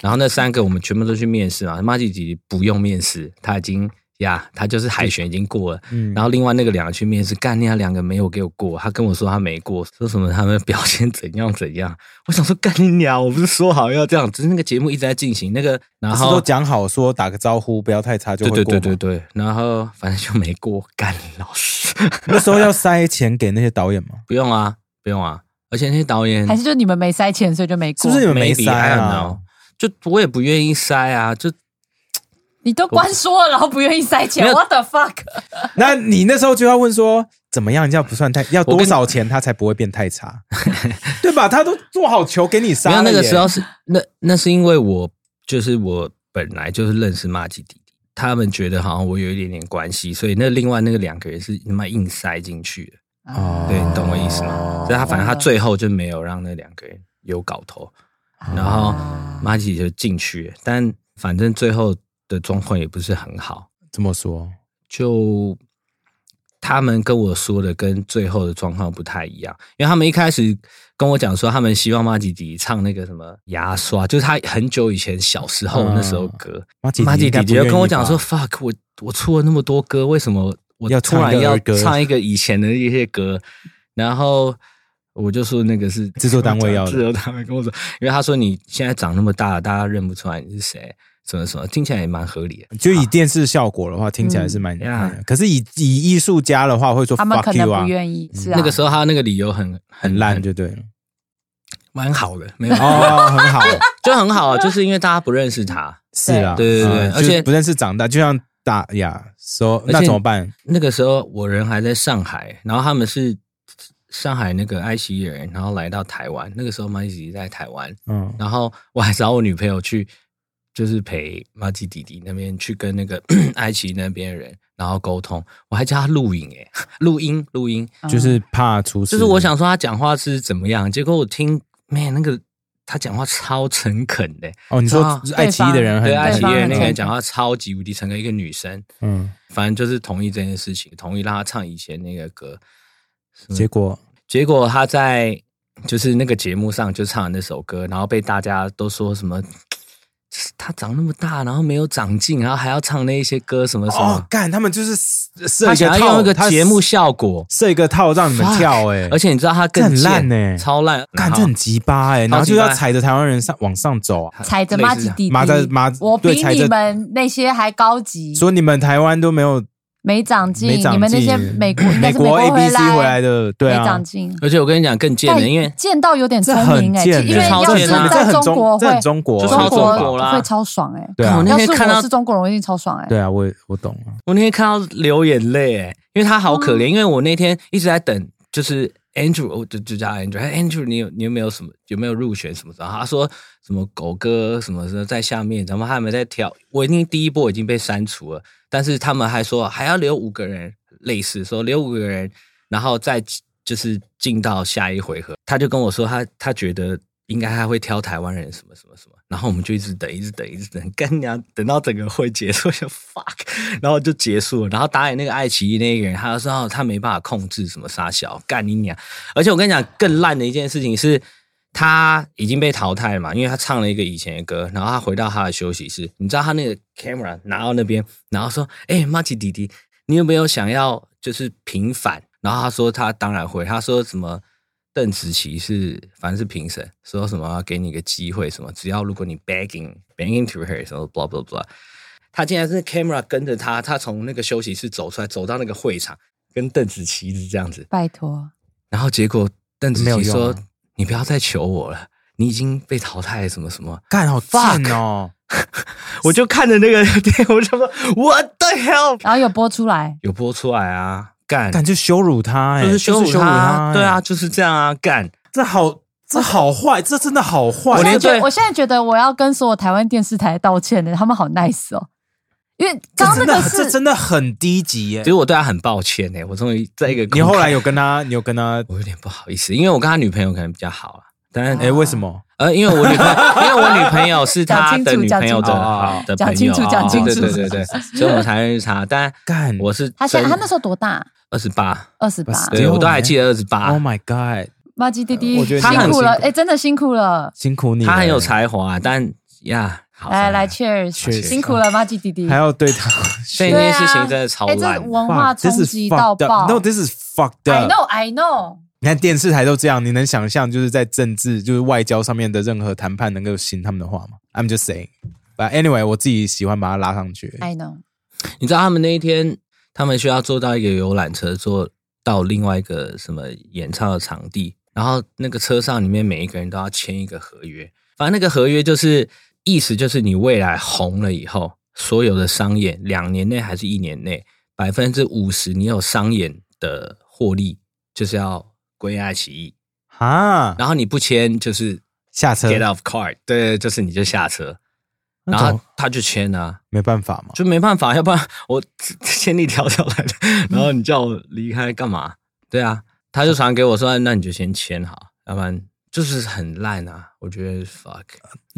Speaker 3: 然后那三个我们全部都去面试嘛。马吉弟弟不用面试，他已经呀，他就是海选已经过了，
Speaker 1: 嗯，
Speaker 3: 然
Speaker 1: 后
Speaker 3: 后另外那个两个去面试，干那两个没有给我过，他跟我说他没过，说什么他们表现怎样怎样。 我想说干你娘，我不是说好要这样，只是那个节目一直在进行，那个然
Speaker 1: 不是都
Speaker 3: 后
Speaker 1: 讲好说打个招呼，不要太差就
Speaker 3: 对
Speaker 1: 会过
Speaker 3: 对
Speaker 1: 嘛。
Speaker 3: 对对对，然后反正就没过，干你老师，
Speaker 1: 那时候要塞钱给那些导演 吗？
Speaker 3: 不用啊，不用啊，而且那些导演
Speaker 2: 还是就你们没塞钱，所以就没
Speaker 1: 是
Speaker 2: 过。
Speaker 1: 不是你们没
Speaker 3: maybe
Speaker 1: 塞
Speaker 3: I don't
Speaker 1: 啊
Speaker 3: know？就我也不愿意塞啊，就
Speaker 2: 你都关说了，然后不愿意塞钱
Speaker 3: 没有
Speaker 2: ，What the fuck？
Speaker 1: 那你那时候就要问说，怎么样叫不算太，要
Speaker 3: 我
Speaker 1: 多
Speaker 3: 跟你
Speaker 1: 少钱他才不会变太 差，对吧？他都做好球给你
Speaker 3: 没
Speaker 1: 杀
Speaker 3: 有
Speaker 1: 了
Speaker 3: 那个
Speaker 1: 耶
Speaker 3: 时候是那那是因为我就是我本来就是认识马吉弟弟，他们觉得好像我有一点点关系，所以那另外那个两个人是他妈硬塞进去的，
Speaker 1: 哦
Speaker 3: 对你懂我意思吗？所以他反正他最后就没有让那两个人有搞头，
Speaker 2: 哦
Speaker 3: 然后马吉就进去了，但反正最后的状况也不是很好，
Speaker 1: 这么说，
Speaker 3: 就他们跟我说的跟最后的状况不太一样，因为他们一开始跟我讲说，他们希望马吉迪唱那个什么牙刷，就是他很久以前小时候那首歌。
Speaker 1: 哦马吉
Speaker 3: 马吉
Speaker 1: 应该
Speaker 3: 迪
Speaker 1: 不
Speaker 3: 迪
Speaker 1: 愿
Speaker 3: 就
Speaker 1: 意
Speaker 3: 跟我讲说
Speaker 1: 吧
Speaker 3: ：“fuck，我我出了那么多歌，为什么我
Speaker 1: 要
Speaker 3: 突
Speaker 1: 唱一
Speaker 3: 然
Speaker 1: 个
Speaker 3: 要
Speaker 1: 儿歌
Speaker 3: 唱一个以前的一些歌？”然后我就说那个是
Speaker 1: 制作单位要的
Speaker 3: 制作单位跟我说，因为他说你现在长那么大了，大家认不出来你是谁，什么什么，听起来也蛮合理的。
Speaker 1: 就以电视效果的话，听起来是蛮，哎
Speaker 3: 嗯呀
Speaker 1: 可是以以艺术家的话，会说
Speaker 2: 他们可
Speaker 1: fuck
Speaker 2: 能
Speaker 1: you 啊
Speaker 2: 不，愿意，是啊，
Speaker 3: 那个时候他那个理由很
Speaker 1: 很
Speaker 3: 很
Speaker 1: 烂就 对了。
Speaker 3: 蛮好的，没有
Speaker 1: 哦，很 好，
Speaker 3: 就很好啊，就是因为大家不认识他。
Speaker 1: 是啊，
Speaker 3: 对对对
Speaker 1: 嗯
Speaker 3: 而且
Speaker 1: 就是不认识长大，就像大呀，说
Speaker 3: 且
Speaker 1: 那怎么办？
Speaker 3: 那个时候我人还在上海，然后他们是上海那个埃及人，然后来到台湾。那个时候马吉弟弟在台湾，
Speaker 1: 嗯，
Speaker 3: 然后我还找我女朋友去，就是陪马吉弟弟那边去跟那个 埃及那边人，然后沟通。我还叫他录影、诶， 录音录音，
Speaker 2: 嗯
Speaker 1: 就是怕出事，
Speaker 3: 就是我想说他讲话是怎么样，结果我听，man，那个他讲话超诚恳的、
Speaker 1: 哦，你说
Speaker 3: 啊
Speaker 1: 爱奇艺的人很
Speaker 3: 对
Speaker 2: 方
Speaker 3: 埃及人
Speaker 2: 很
Speaker 3: 那
Speaker 2: 诚
Speaker 3: 个
Speaker 2: 恳
Speaker 3: 人讲话超级无敌诚恳，一个女生，
Speaker 1: 嗯，
Speaker 3: 反正就是同意这件事情，同意让他唱以前那个歌。嗯
Speaker 1: 结果
Speaker 3: 结果他在就是那个节目上就唱了那首歌，然后被大家都说什么。他长那么大，然后没有长进，然后还要唱那一些歌什么什么，
Speaker 1: 哦，干，他们就是设设
Speaker 3: 嗯他
Speaker 1: 一个
Speaker 3: 想要
Speaker 1: 套，
Speaker 3: 用一个
Speaker 1: 他
Speaker 3: 节目效果，
Speaker 1: 设一个套让你们
Speaker 3: Fuck，
Speaker 1: 跳，哎，
Speaker 3: 而且你知道他更
Speaker 1: 这很烂
Speaker 3: 贱
Speaker 1: 欸
Speaker 3: 超烂，
Speaker 1: 干
Speaker 3: 然后
Speaker 1: 这很鸡巴哎，
Speaker 3: 超级
Speaker 1: 然后就要
Speaker 3: 巴
Speaker 1: 踩着台湾人上往上走啊，
Speaker 2: 踩着马吉弟弟，
Speaker 1: 马在马
Speaker 2: 我
Speaker 1: 对
Speaker 2: 比
Speaker 1: 踩
Speaker 2: 你
Speaker 1: 着
Speaker 2: 们那些还高级，
Speaker 1: 说你们台湾都没有
Speaker 2: 没长进，
Speaker 1: 没长进嗯
Speaker 2: 你们那些美国应该
Speaker 1: 美
Speaker 2: 是
Speaker 1: 国 A
Speaker 2: 回
Speaker 1: B C 回来的，对
Speaker 2: 没
Speaker 1: 啊
Speaker 2: 长，进。
Speaker 3: 而且我跟你讲更贱
Speaker 2: 但
Speaker 3: 的，因为
Speaker 2: 见到有点聪明哎、
Speaker 1: 很贱欸，
Speaker 2: 因为
Speaker 3: 超
Speaker 2: 要是
Speaker 3: 贱啊
Speaker 1: 这
Speaker 2: 在
Speaker 1: 很
Speaker 2: 中国
Speaker 1: 这
Speaker 2: 会
Speaker 1: 很，中国，
Speaker 3: 就
Speaker 2: 中
Speaker 3: 超
Speaker 2: 国
Speaker 3: 中国啦
Speaker 2: 会超爽哎、
Speaker 1: 对啊
Speaker 3: 我，那
Speaker 2: 要
Speaker 3: 天
Speaker 2: 是
Speaker 3: 看到
Speaker 2: 我是中国人，我一定超爽哎、
Speaker 1: 对啊，我也我懂啊，
Speaker 3: 我那天看到流眼泪，哎，因为他好可怜，因为我那天一直在等，就是 Andrew，我就就叫他 Andrew，哎，Andrew，你有你有没有什么有没有入选什么的？然后他说什么狗哥什么什么在下面，然后他们在跳，我已经第一波已经被删除了，但是他们还说还要留五个人，类似说留五个人，然后再就是进到下一回合。他就跟我说他他觉得应该他会挑台湾人什么什么什么，然后我们就一直等，一直等，一直等，干娘等到整个会结束 就 fuck，然后就结束了。然后打给那个爱奇艺那个人，他就说、哦、他没办法控制什么沙小，干你娘！而且我跟你讲，更烂的一件事情是。他已经被淘汰了嘛，因为他唱了一个以前的歌，然后他回到他的休息室，你知道他那个 camera 拿到那边，然后说：“哎、马吉弟弟，你有没有想要就是平反？”然后他说他当然会，他说什么邓紫棋是反正是评审，说什么要给你个机会什么，只要如果你 begging begging to her 什么 blah blah blah，他竟然是 camera 跟着他，他从那个休息室走出来，走到那个会场，跟邓紫棋是这样子，
Speaker 2: 拜托，
Speaker 3: 然后结果邓紫
Speaker 1: 没有
Speaker 3: 棋
Speaker 1: 用
Speaker 3: 说：“
Speaker 1: 啊
Speaker 3: 你不要再求我了，你已经被淘汰，什么什么。”
Speaker 1: 干好贱哦，
Speaker 3: 我就看着那个电影，我就说 What the hell？
Speaker 2: 然后有播出来，
Speaker 3: 有播出来啊，干，
Speaker 1: 感觉羞辱他、欸，
Speaker 3: 就是
Speaker 1: 羞
Speaker 3: 辱
Speaker 1: 辱他、欸
Speaker 3: 对啊，，就是这样啊，干，
Speaker 1: 这好，这好坏，这真的好坏
Speaker 3: 我
Speaker 2: 我现在
Speaker 3: 连
Speaker 2: 觉
Speaker 3: 对
Speaker 2: 得，我现在觉得我要跟所有台湾电视台道歉的，他们好 nice 哦，因为刚刚
Speaker 1: 这真
Speaker 2: 那
Speaker 1: 的
Speaker 2: 个
Speaker 1: 这
Speaker 2: 是
Speaker 1: 真的很低级耶、
Speaker 3: 其实我对他很抱歉呢、我终于在一个
Speaker 1: 你
Speaker 3: 公
Speaker 1: 后
Speaker 3: 开
Speaker 1: 来有跟他，你有跟他，
Speaker 3: 我有点不好意思，因为我跟他女朋友可能比较好了，啊但
Speaker 2: 哦
Speaker 1: 哎、为什么？
Speaker 3: 呃，因为我女朋友，因为我女朋友是他的女朋友的好的
Speaker 2: 讲
Speaker 3: 朋
Speaker 2: 清
Speaker 3: 友啊
Speaker 2: 楚，
Speaker 1: 讲清楚讲
Speaker 3: 对
Speaker 1: 清楚
Speaker 3: 对对对对， 所以我才认识他。但
Speaker 1: 干
Speaker 3: 我是
Speaker 2: 他现在他那时候多大？
Speaker 3: 二十八，
Speaker 2: 二十八。
Speaker 1: 只
Speaker 3: 对
Speaker 1: 有
Speaker 3: 我都还记得二十八
Speaker 1: 哎 Oh，my god！
Speaker 2: 马吉弟弟，
Speaker 1: 呃我觉得
Speaker 3: 他
Speaker 2: 辛
Speaker 3: 很
Speaker 2: 苦了，
Speaker 1: 辛苦
Speaker 2: 哎，真的辛苦了。
Speaker 1: 辛苦你了，欸
Speaker 3: 他很有才华，但呀，好
Speaker 2: 来来
Speaker 3: 这
Speaker 2: ，Cheers，
Speaker 1: Cheers
Speaker 2: 辛苦了，马吉弟弟。
Speaker 1: 还要对他。
Speaker 3: 件事情真的超
Speaker 2: 哎，这
Speaker 3: 烂。
Speaker 2: 文化
Speaker 1: Fuck,
Speaker 2: 冲
Speaker 1: this is
Speaker 2: 击到
Speaker 1: fucked up.
Speaker 2: 爆。
Speaker 1: No, this is fucked
Speaker 2: I
Speaker 1: up.
Speaker 2: know, I know。
Speaker 1: 你看电视台都这样，你能想象就是在政治、就是外交上面的任何谈判能够行他们的话吗？I'm just saying. But anyway，我自己喜欢把它拉上去。
Speaker 2: I know，
Speaker 3: 你知道他们那一天，他们需要坐到一个游览车，坐到另外一个什么演唱的场地，然后那个车上里面每一个人都要签一个合约，反正那个合约就是意思就是你未来红了以后，所有的商演两年内还是一年内，百分之五十你有商演的获利就是要归爱奇艺，
Speaker 1: 哈，
Speaker 3: 然后你不签就是
Speaker 1: 下车
Speaker 3: get off card，对，就是你就下车，
Speaker 1: 那
Speaker 3: 然
Speaker 1: 种
Speaker 3: 后他就签啊。
Speaker 1: 没办法嘛。
Speaker 3: 就没办法，要 不然我千里迢迢 来的，然后你叫我离开干嘛？对啊，他就传给我说，那你就先签好，要不然就是很烂啊。我觉得 fuck，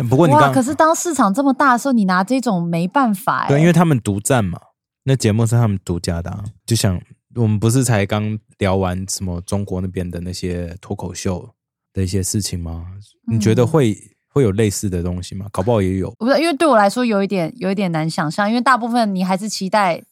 Speaker 1: 不过你
Speaker 2: 哇！
Speaker 1: 刚
Speaker 2: 可是当市场这么大的时候，你拿这种没办法哎。
Speaker 1: 对，因为他们独占嘛，那节目是他们独家的、啊。就像我们不是才刚聊完什么中国那边的那些脱口秀的一些事情吗？你觉得
Speaker 2: 嗯
Speaker 1: 会、会有类似的东西吗？搞不好也有。
Speaker 2: 我不是，因为对我来说有一点有一点难想象，因为大部分你还是期待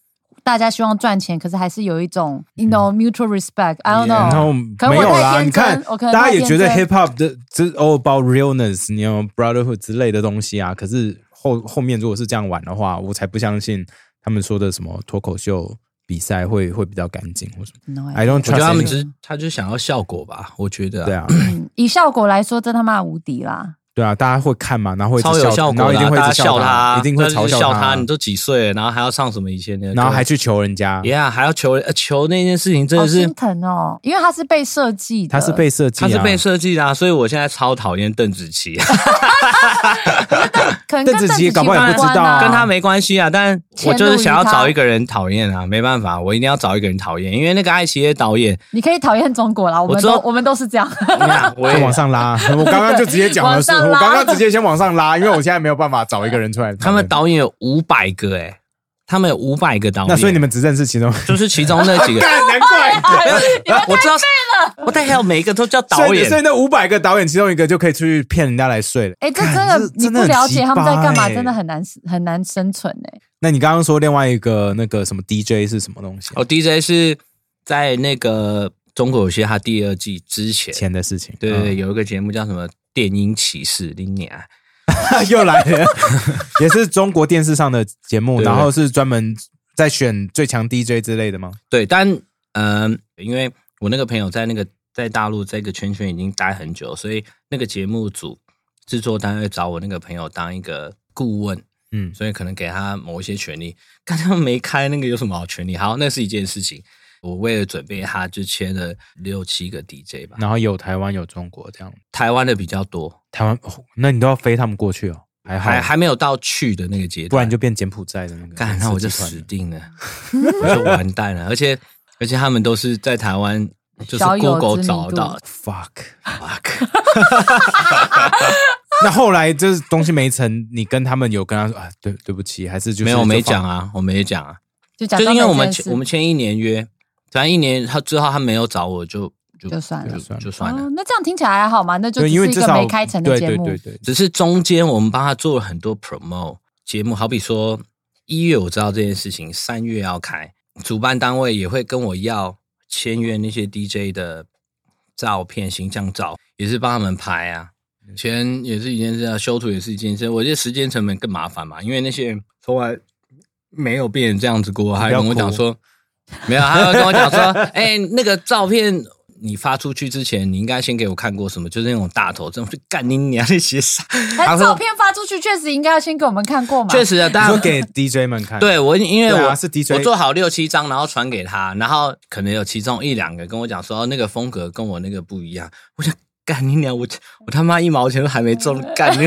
Speaker 2: 大家希望赚钱，可是还是有一种 you know
Speaker 1: 嗯
Speaker 2: mutual respect。I don't
Speaker 1: 然
Speaker 2: know，
Speaker 1: 后
Speaker 2: 哦可能
Speaker 1: 没
Speaker 2: 我
Speaker 1: 有
Speaker 2: 太
Speaker 1: 啦，
Speaker 2: 天
Speaker 1: 你看
Speaker 2: 真我可，能
Speaker 1: 大家
Speaker 2: 太
Speaker 1: 也
Speaker 2: 天
Speaker 1: 觉得
Speaker 2: 真
Speaker 1: hip hop 的这 all about realness，你有 brotherhood 之类的东西啊。可是后后面如果是这样玩的话，我才不相信他们说的什么脱口秀比赛会会比较干净或什么。
Speaker 2: No
Speaker 1: I don't
Speaker 3: 我觉
Speaker 1: trust
Speaker 3: 得他们
Speaker 1: anyone
Speaker 3: 只是他就想要效果吧，我觉得、
Speaker 1: 对，啊，
Speaker 2: 嗯以效果来说，真他妈无敌啦！
Speaker 1: 对啊，大家会看嘛，然后会一直
Speaker 3: 超有
Speaker 1: 笑
Speaker 3: 效
Speaker 1: 然
Speaker 3: 果
Speaker 1: 后一
Speaker 3: 的
Speaker 1: 定
Speaker 3: 啊、
Speaker 1: 会一
Speaker 3: 大家
Speaker 1: 直笑
Speaker 3: 他，
Speaker 1: 一定会
Speaker 3: 大家
Speaker 1: 嘲
Speaker 3: 就是
Speaker 1: 笑
Speaker 3: 笑你都几岁了，然后还要唱什么以前的歌，
Speaker 1: 然后还去求人家。
Speaker 3: ，Yeah，还要求呃求那件事情真
Speaker 2: 好
Speaker 3: 的是
Speaker 2: 心疼哦，因为他是被设计的，
Speaker 1: 他是被设计、啊，
Speaker 3: 他是被设计的、啊，所以我现在超讨厌邓紫棋。啊
Speaker 2: 可能跟
Speaker 1: 邓紫棋
Speaker 2: 紫棋
Speaker 1: 搞不好也不知道啊
Speaker 2: 无关
Speaker 3: 跟他没关系啊，但我就是想要找一个人讨厌啊，没办法，我一定要找一个人讨厌，因为那个爱奇艺的导演，
Speaker 2: 你可以讨厌中国啦，我
Speaker 3: 我
Speaker 2: 们
Speaker 3: 知
Speaker 2: 都
Speaker 3: 道
Speaker 2: 我们都是这 样。
Speaker 3: 那我
Speaker 1: 再
Speaker 3: 也
Speaker 1: 往上 拉。我刚刚就直接讲了，
Speaker 2: 往
Speaker 1: 是
Speaker 2: 上
Speaker 1: 我
Speaker 2: 拉
Speaker 1: 刚刚直接先往上拉，因为我现在没有办法找一个人出来。
Speaker 3: 他们导演有五百个哎、他们有五百个导演，
Speaker 1: 那所以你们只认识其中，
Speaker 3: 就是其中那几 个，
Speaker 1: 干难怪。
Speaker 3: 没有 我知道，我但还有每一个都叫导
Speaker 1: 所以所以
Speaker 3: 演，
Speaker 1: 那五百个导演，其中一个就可以出去骗人家来睡了。
Speaker 2: 哎，这真
Speaker 1: 干
Speaker 2: 的你
Speaker 1: 真
Speaker 2: 不
Speaker 1: 很
Speaker 2: 了
Speaker 1: 鸡
Speaker 2: 解
Speaker 1: 巴
Speaker 2: 他们在干嘛，
Speaker 1: 欸
Speaker 2: 真的很难很难生存哎。
Speaker 1: 那你刚刚说另外一个那个什么 DJ 是什么东西啊？
Speaker 3: 哦 DJ 是在那个中国有些他第二季之前，
Speaker 1: 钱的事情，
Speaker 3: 对对对，
Speaker 1: 嗯
Speaker 3: 有一个节目叫什么电音骑士，林鸟。
Speaker 1: 嗯 又来了，也是中国电视上的节目，
Speaker 3: 对对
Speaker 1: 然后是专门在选最强 DJ 之类的吗？
Speaker 3: 对，但嗯、因为我那个朋友在那个在大陆这个圈圈已经待很久，所以那个节目组制作单位找我那个朋友当一个顾问，
Speaker 1: 嗯，
Speaker 3: 所以可能给他某一些权利。但他们没开那个有什么好权利？好，那是一件事情。我为了准备他，就签了六七个 DJ 吧，
Speaker 1: 然后有台湾有中国这样，
Speaker 3: 台湾的比较多，
Speaker 1: 台湾、哦那你都要飞他们过去哦，还好，
Speaker 3: 还还没有到去的那个阶段，
Speaker 1: 不然你就变柬埔寨的那个
Speaker 3: 干，那我就
Speaker 1: 刺激团
Speaker 3: 死
Speaker 1: 了
Speaker 3: 定了，我就完蛋了。而且而且他们都是在台湾，就是
Speaker 2: 小有
Speaker 3: Google
Speaker 2: 知名
Speaker 3: 找
Speaker 2: 度
Speaker 3: 到
Speaker 1: fuck。
Speaker 3: fuck。
Speaker 1: 那后来就是东西没成，你跟他们有跟他说啊，对对不起，还是就是
Speaker 3: 没有，我
Speaker 1: 就
Speaker 3: 没
Speaker 1: 放
Speaker 3: 讲啊，我没讲啊，
Speaker 2: 就假
Speaker 3: 就是
Speaker 2: 装
Speaker 3: 因为
Speaker 2: 没
Speaker 3: 我们
Speaker 2: 这件
Speaker 3: 签
Speaker 2: 事
Speaker 3: 我们签一年约，反正一年他之后他没有找我就就
Speaker 2: 就算了
Speaker 3: 就就算了
Speaker 2: 哦。，那这样听起来还好嘛？那就
Speaker 1: 对，
Speaker 2: 只
Speaker 1: 因为
Speaker 2: 是一
Speaker 1: 至
Speaker 2: 个
Speaker 1: 少
Speaker 2: 没开成的节目，
Speaker 1: 对对对对，
Speaker 3: 只是中间我们帮他做了很多 promo 节目，好比说一月我知道这件事情，三月要开，主办单位也会跟我要签约那些 DJ 的照片、形象照，也是帮他们拍啊。钱也是一件事啊，修图也是一件事，我觉得时间成本更麻烦嘛，因为那些人从来没有变成这样子过，还
Speaker 1: 不要
Speaker 3: 跟我
Speaker 1: 哭
Speaker 3: 讲 说没有，他会跟我讲说，哎、那个照片你发出去之前，你应该先给我看过什么，就是那种大头这种，就干你娘那些 傻。
Speaker 2: 但
Speaker 3: 然
Speaker 2: 照
Speaker 3: 后
Speaker 2: 片发出去，确实应该要先给我们看过嘛。
Speaker 3: 确实啊，
Speaker 1: 你
Speaker 3: 大
Speaker 1: 说
Speaker 3: 家
Speaker 1: 给 DJ 们看，
Speaker 3: 对我，因为
Speaker 1: 对啊
Speaker 3: 我、
Speaker 1: 是 DJ
Speaker 3: 我做好六七张，然后传给他，然后可能有其中一两个跟我讲说、哦那个风格跟我那个不一样，我想干你娘，我我他妈一毛钱都还没中，干 你。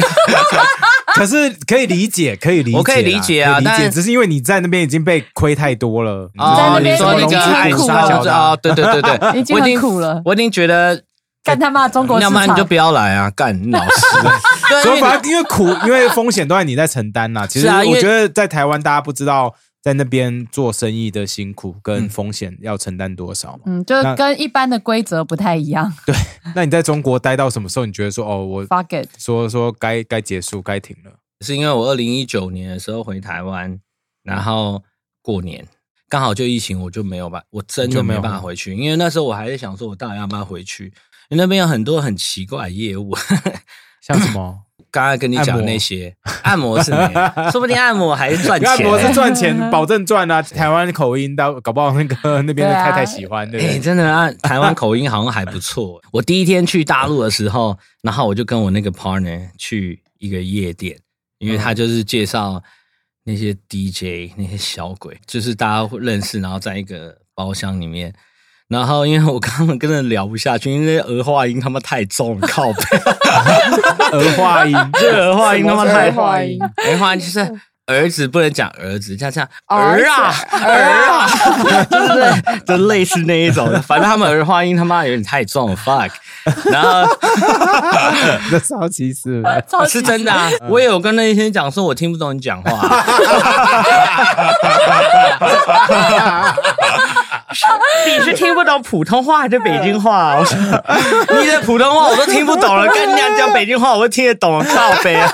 Speaker 1: 可是可以理解，可以理解啦，
Speaker 3: 我可以理解啊
Speaker 1: 可以理解，
Speaker 3: 但
Speaker 1: 只是因为你在那边已经被亏太多了。
Speaker 2: 在
Speaker 3: 哦，
Speaker 2: 那
Speaker 3: 你
Speaker 2: 边
Speaker 3: 说那
Speaker 2: 已经
Speaker 3: 个
Speaker 2: 很
Speaker 3: 暗
Speaker 2: 苦
Speaker 3: 杀
Speaker 2: 了
Speaker 3: 小子哦，对对 对对，
Speaker 2: 已经
Speaker 3: 我
Speaker 2: 很苦了
Speaker 3: 我已经觉得，
Speaker 2: 干他妈中国市
Speaker 3: 要不然你
Speaker 2: 场
Speaker 3: 就不要来啊，干 你老实的。
Speaker 1: 所
Speaker 3: 对，
Speaker 1: 以
Speaker 3: 因为
Speaker 1: 反正因为苦，因为风险都在你在承担啦。其实
Speaker 3: 是啊因
Speaker 1: 我
Speaker 3: 为
Speaker 1: 觉得在台湾，大家不知道在那边做生意的辛苦跟
Speaker 3: 嗯
Speaker 1: 风险要承担多少嘛。
Speaker 2: 嗯，就是
Speaker 1: 那
Speaker 2: 跟一般的规则不太一样。
Speaker 1: 那你在中国待到什么时候？你觉得说哦，我
Speaker 2: Fuck it，
Speaker 1: 说说该该结束，该停了。
Speaker 3: 你是因为我二零一九年的时候回台湾，然后过年刚好就疫情，我就没有办，我真的没办法回去，因为那时候我还在想说，我到底要不要回去？因为那边有很多很奇怪的业务，
Speaker 1: 像什么？
Speaker 3: 刚刚跟你讲的那些按摩是没有，说不定 按摩还是赚
Speaker 1: 因为
Speaker 3: 钱。
Speaker 1: 按摩是赚 钱，保证赚啊！台湾口音，到搞不好那个那边的太太喜 欢，对不
Speaker 3: 哎、
Speaker 1: 对？
Speaker 3: 真的啊，台湾口音好像还不错。我第一天去大陆的时候，然后我就跟我那个 partner 去一个夜店，因为他就是介绍那些 DJ 那些小鬼，就是大家会认识，然后在一个包厢里面。然后因为我刚刚跟人聊不下去，因为那俄化音他妈太重了，靠背，
Speaker 1: 儿化音，
Speaker 3: 这俄化音 他妈太
Speaker 4: 什么是俄化音，
Speaker 3: 俄化音就是。儿子不能讲儿子，像这样
Speaker 4: 儿
Speaker 3: 嗯儿啊
Speaker 4: 子
Speaker 3: 儿啊， 就是就类似那一种，反正他们儿化音他妈有点太重了，fuck。然后
Speaker 1: 这超歧视。
Speaker 2: 超级
Speaker 3: 是真的 啊，我也有跟那些讲说，我听不懂你讲话、你是听不懂普通话还是北京话、啊？我说 你的普通话我都听不懂了，跟人家讲北京话我都听得懂，靠北、啊。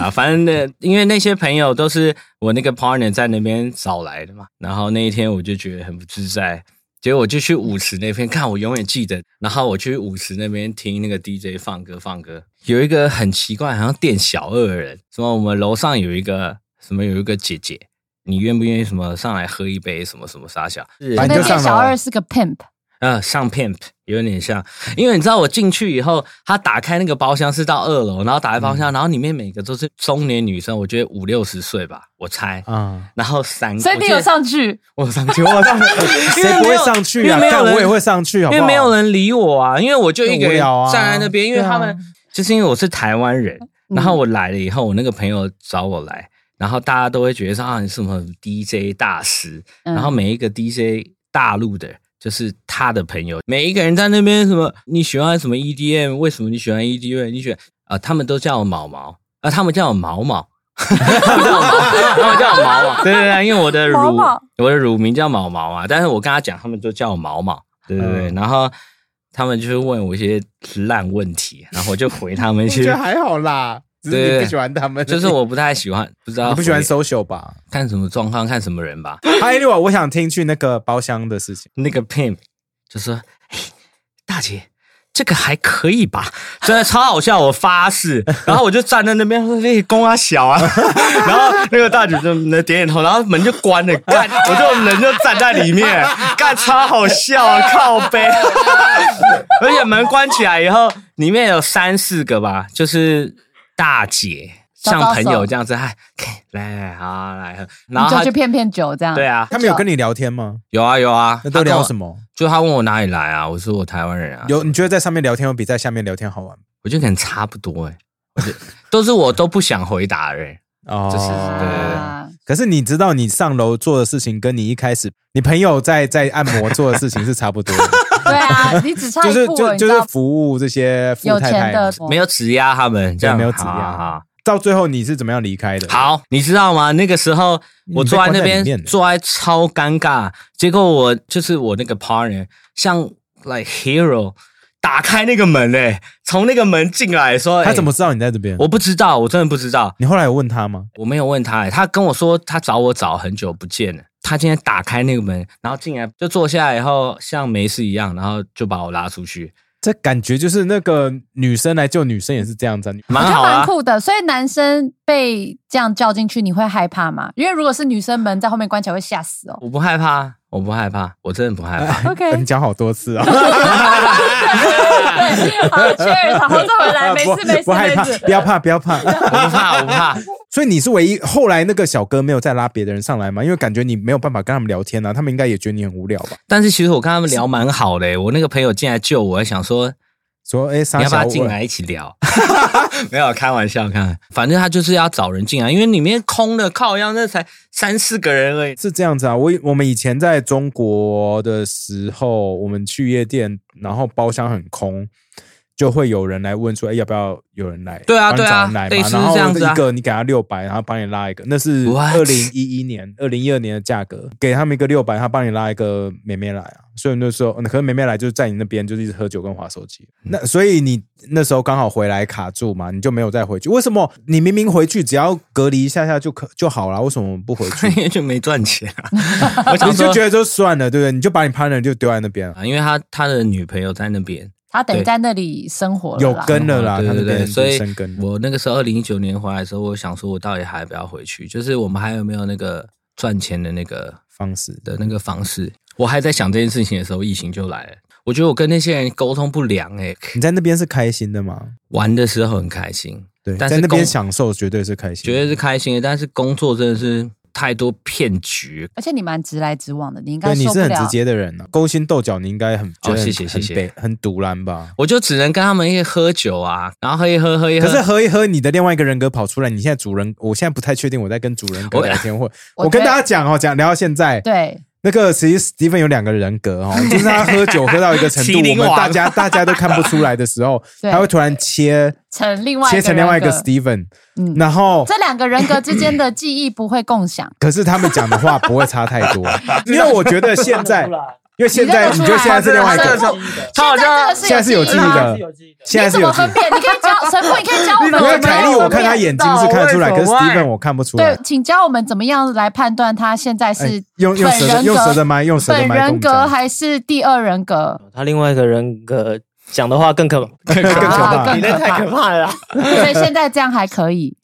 Speaker 3: 啊， 反正那因为那些朋友都是我那个 partner 在那边找来的嘛，然后那一天我就觉得很不自在，结果我就去舞池那边看，我永远记得。然后我去舞池那边听那个 DJ 放歌放歌，有一个很奇怪，好像店小二的人，什么我们楼上有一个什么有一个姐姐，你愿不愿意什么上来喝一杯什么什么傻小，是
Speaker 1: 反
Speaker 2: 那
Speaker 1: 正就
Speaker 2: 店
Speaker 1: 上
Speaker 2: 小
Speaker 1: 楼
Speaker 2: 二是个 pimp，
Speaker 3: 呃，上 pimp 有点像，因为你知道我进去以后，他打开那个包厢是到二楼，然后打开包厢，然后里面每个都是中年女生，我觉得五六十岁吧，我猜。
Speaker 1: 啊，
Speaker 3: 然后三个，
Speaker 2: 所以你
Speaker 3: 我记得
Speaker 2: 有，上去，
Speaker 3: 我有 上去，我有上去，
Speaker 1: 谁不会上去啊？
Speaker 3: 因为没有
Speaker 1: 但
Speaker 3: 人
Speaker 1: 我也会上去，好
Speaker 3: 因
Speaker 1: 不
Speaker 3: 为
Speaker 1: 好？
Speaker 3: 没有人理我啊，因为我就一个
Speaker 1: 很无
Speaker 3: 人
Speaker 1: 聊啊
Speaker 3: 站在那边，因为他们、
Speaker 2: 对
Speaker 3: 就是因为我是台湾人，然后我来了以后，我那个朋友找我来，然后大家都会觉得说啊，你是什么 DJ 大师，
Speaker 2: 嗯
Speaker 3: 然后每一个 DJ 大陆的，就是他的朋友，每一个人在那边什么你喜欢什么 EDM，为什么你喜欢 EDM？你喜欢啊、他们都叫我毛毛，啊、他们叫我毛毛。 他们叫我毛毛他们叫我毛 毛，对对对，因为我的
Speaker 2: 毛
Speaker 3: 乳
Speaker 2: 毛
Speaker 3: 我的乳名叫毛毛啊，但是我跟他讲，他们都叫我毛毛，对对对，
Speaker 1: 嗯
Speaker 3: 然后他们就是问我一些烂问题，然后我就回他们一 些，
Speaker 1: 还好啦，只
Speaker 3: 是你不喜
Speaker 1: 欢他们
Speaker 3: 就是我不啊太喜欢，不知道
Speaker 1: 你不喜欢
Speaker 3: 回
Speaker 1: social 吧？
Speaker 3: 看什么状况，看什么人吧。
Speaker 1: 还有，哎我想听去那个包厢的事情。
Speaker 3: 那个 Pim 就说：“哎，大姐，这个还可以吧？”真的超好笑，我发誓。然后我就站在那边说：“那公啊小啊。”然后那个大姐就点点头，然后门就关了，干，我就人就站在里面，干超好笑啊，靠背。 而且门关起来以后，里面有三四个吧，就是大姐。
Speaker 2: 招招
Speaker 3: 像朋友
Speaker 2: 手
Speaker 3: 这样子，哎，来来来，好啊来喝，然
Speaker 2: 你
Speaker 3: 后
Speaker 2: 就
Speaker 3: 他
Speaker 2: 去骗骗酒这样。
Speaker 3: 对啊，
Speaker 1: 他们有跟你聊天吗？
Speaker 3: 有啊有啊，
Speaker 1: 那都聊什
Speaker 3: 么？
Speaker 1: 么？
Speaker 3: 就他问我哪里来啊，我说我台湾人啊，
Speaker 1: 有你觉得在上面聊天会比在下面聊天好玩吗？
Speaker 3: 我觉得可能差不多哎、欸，我觉得都是我都不想回答的人，
Speaker 1: 哦
Speaker 3: 就是对对对
Speaker 2: 啊，
Speaker 1: 可是你知道，你上楼做的事情跟你一开始你朋友在在按摩做的事情是差不多的，
Speaker 2: 对啊，你只差
Speaker 1: 就
Speaker 2: 一
Speaker 1: 是
Speaker 2: 步
Speaker 1: 就
Speaker 2: 了，
Speaker 1: 就
Speaker 2: 你知
Speaker 1: 是
Speaker 2: 道
Speaker 1: 服务这些富
Speaker 2: 有
Speaker 1: 太
Speaker 2: 钱
Speaker 1: 太嘛
Speaker 2: 的。
Speaker 3: 没有指压他们，这样
Speaker 1: 哦没有指压
Speaker 3: 好好好
Speaker 1: 到最后你是怎么样离开的？，
Speaker 3: 好，你知道吗？那个时候我坐在那
Speaker 1: 你被关在里面
Speaker 3: 边，
Speaker 1: 的
Speaker 3: 坐在超尴尬。结果我就是我那个 partner，像 like hero，打开那个门嘞、从那个门进来说，
Speaker 1: 他
Speaker 3: 欸
Speaker 1: 怎么？知道你在这边？
Speaker 3: 我不知道，我真的不知道。
Speaker 1: 你后来有问他吗？
Speaker 3: 我没有问他、欸，他跟我说他找我找很久不见了。他今天打开那个门，然后进来就坐下来以后，像没事一样，然后就把我拉出去。
Speaker 1: 这感觉就是那个女生来救女生也是这样子、啊，
Speaker 2: 我
Speaker 3: 蛮
Speaker 2: 觉得
Speaker 3: 好
Speaker 2: 蛮
Speaker 3: 啊。
Speaker 2: 酷的，所以男生被这样叫进去，你会害怕吗？因为如果是女生门在后面关起来，会吓死 哦。
Speaker 3: 我不害怕，我不害怕，我真的不害怕。
Speaker 1: 你
Speaker 2: OK，
Speaker 1: 讲好多次啊，
Speaker 2: 对，好，Cheers，好， 再回来，没
Speaker 1: 不
Speaker 2: 事，没事，
Speaker 1: 不害
Speaker 2: 没
Speaker 1: 怕，
Speaker 2: 事。
Speaker 1: 不要怕，不要 怕。
Speaker 3: 我不怕，我 不怕。
Speaker 1: 所以你是唯一后来那个小哥没有再拉别的人上来吗？因为感觉你没有办法跟他们聊天啊，他们应该也觉得你很无聊吧？
Speaker 3: 但是其实我跟他们聊蛮好的、欸我那个朋友进来救我，还想说
Speaker 1: 说哎，傻
Speaker 3: 你要不
Speaker 1: 小
Speaker 3: 要进
Speaker 1: 我
Speaker 3: 来一起聊？ 没有开玩笑，看，反正他就是要找人进来，因为里面空的，靠腰那才三四个人而已。
Speaker 1: 是这样子啊，我以我们以前在中国的时候，我们去夜店，然后包厢很空，就会有人来问说：“哎、要不要有人来？”
Speaker 3: 对啊
Speaker 1: 帮你
Speaker 3: 对啊
Speaker 1: 找人来
Speaker 3: 类
Speaker 1: 嘛。
Speaker 3: 似是
Speaker 1: 然后
Speaker 3: 这样子啊
Speaker 1: 一个你给他六百，然后帮你拉一个，那是
Speaker 3: What？
Speaker 1: 二零一一年、二零一二年的价格，给他们一个六百，他帮你拉一个妹妹来啊。所以那时候，可能妹妹来就是在你那边就是一直喝酒跟划手机。
Speaker 3: 嗯
Speaker 1: 那所以你那时候刚好回来卡住嘛，你就没有再回去。为什么你明明回去只要隔离一下下就可就好了？为什么不回 去？
Speaker 3: 因为就没赚钱、啊，我想
Speaker 1: 你就
Speaker 3: 说
Speaker 1: 觉得就算了，对不对？你就把你 partner 就丢在那边了，
Speaker 3: 啊，因为他他的女朋友在那边，
Speaker 2: 他等于在那里生活了
Speaker 1: 有
Speaker 2: 啦，
Speaker 1: 根了啦，
Speaker 3: 哦对
Speaker 1: 他
Speaker 3: 对
Speaker 1: 那
Speaker 3: 对，
Speaker 1: 边
Speaker 3: 所以
Speaker 1: 生根。
Speaker 3: 我那个时候二零一九年回来的时候，我想说，我到底还要不要回去？就是我们还有没有那个赚钱的那个
Speaker 1: 方式
Speaker 3: 的那个方式？我还在想这件事情的时候，疫情就来了。我觉得我跟那些人沟通不良、欸，
Speaker 1: 你在那边是开心的吗？
Speaker 3: 玩的时候很开心，
Speaker 1: 对，
Speaker 3: 但
Speaker 1: 在
Speaker 3: 是
Speaker 1: 那边
Speaker 3: 工
Speaker 1: 享受绝对是开心，
Speaker 3: 绝对是开心的，但是工作真的是太多骗局。
Speaker 2: 而且你蛮直来直往的，你应该
Speaker 1: 对，你
Speaker 2: 受不
Speaker 1: 是很直
Speaker 2: 了。
Speaker 1: 接的人啊，勾心斗角你应该很觉得很
Speaker 3: 哦谢谢谢谢
Speaker 1: 很北很独蓝吧？
Speaker 3: 我就只能跟他们一起喝酒啊，然后喝一喝，喝一喝。
Speaker 1: 可是喝一喝，你的另外一个人格跑出来，你现在主人，我现在不太确定我在跟主人格
Speaker 3: 我
Speaker 1: 聊天会。
Speaker 2: 我
Speaker 1: 我跟
Speaker 2: 觉得
Speaker 1: 大家讲哦，讲聊到现在，
Speaker 2: 对，
Speaker 1: 那个其实 Steven 有两个人格 哦，就是他喝酒喝到一个程度，
Speaker 3: 麒
Speaker 1: 我
Speaker 3: 麟
Speaker 1: 们
Speaker 3: 王
Speaker 1: 大家大家都看不出来的时候，
Speaker 2: 对
Speaker 1: 他会突然切
Speaker 2: 成另外一个
Speaker 1: 切成另外一个
Speaker 2: 人格
Speaker 1: Steven，
Speaker 2: 嗯
Speaker 1: 然后
Speaker 2: 这两个人格之间的记忆不会共享。
Speaker 1: 可是他们讲的话不会差太 多，因为我觉得现在，因为现在
Speaker 2: 你
Speaker 1: 你
Speaker 2: 认
Speaker 1: 觉
Speaker 2: 得出来
Speaker 1: 得现在是另外一
Speaker 2: 真的
Speaker 1: 个，
Speaker 2: 是
Speaker 3: 他好像
Speaker 2: 现
Speaker 1: 现在是有记忆
Speaker 2: 吗
Speaker 1: 的，现在是
Speaker 2: 你
Speaker 1: 有
Speaker 2: 怎么
Speaker 1: 记忆的。
Speaker 2: 分辨？你可以教神父，你可以教我们。
Speaker 1: 因为
Speaker 2: 我们
Speaker 1: 凯莉，我
Speaker 2: 要
Speaker 1: 看
Speaker 2: 分
Speaker 1: 她
Speaker 2: 辨
Speaker 1: 眼睛
Speaker 2: 到
Speaker 1: 是看得出来，可
Speaker 3: 为
Speaker 1: 是
Speaker 3: 什么
Speaker 1: Steven 我看不出来
Speaker 2: 对。，请教我们怎么样来判断他现在是
Speaker 1: 哎用用舌
Speaker 2: 本
Speaker 1: 的
Speaker 2: 人格
Speaker 1: 用舌的麦，用舌的
Speaker 2: 本
Speaker 1: 麦跟我
Speaker 2: 人
Speaker 1: 们
Speaker 2: 格
Speaker 1: 讲。
Speaker 2: 还是第二人格？
Speaker 5: 他另外一个人格讲的话更可怕，
Speaker 1: 更可怕
Speaker 2: 啊
Speaker 5: 你那太可怕 了啦。
Speaker 2: 所以现在这样还可以。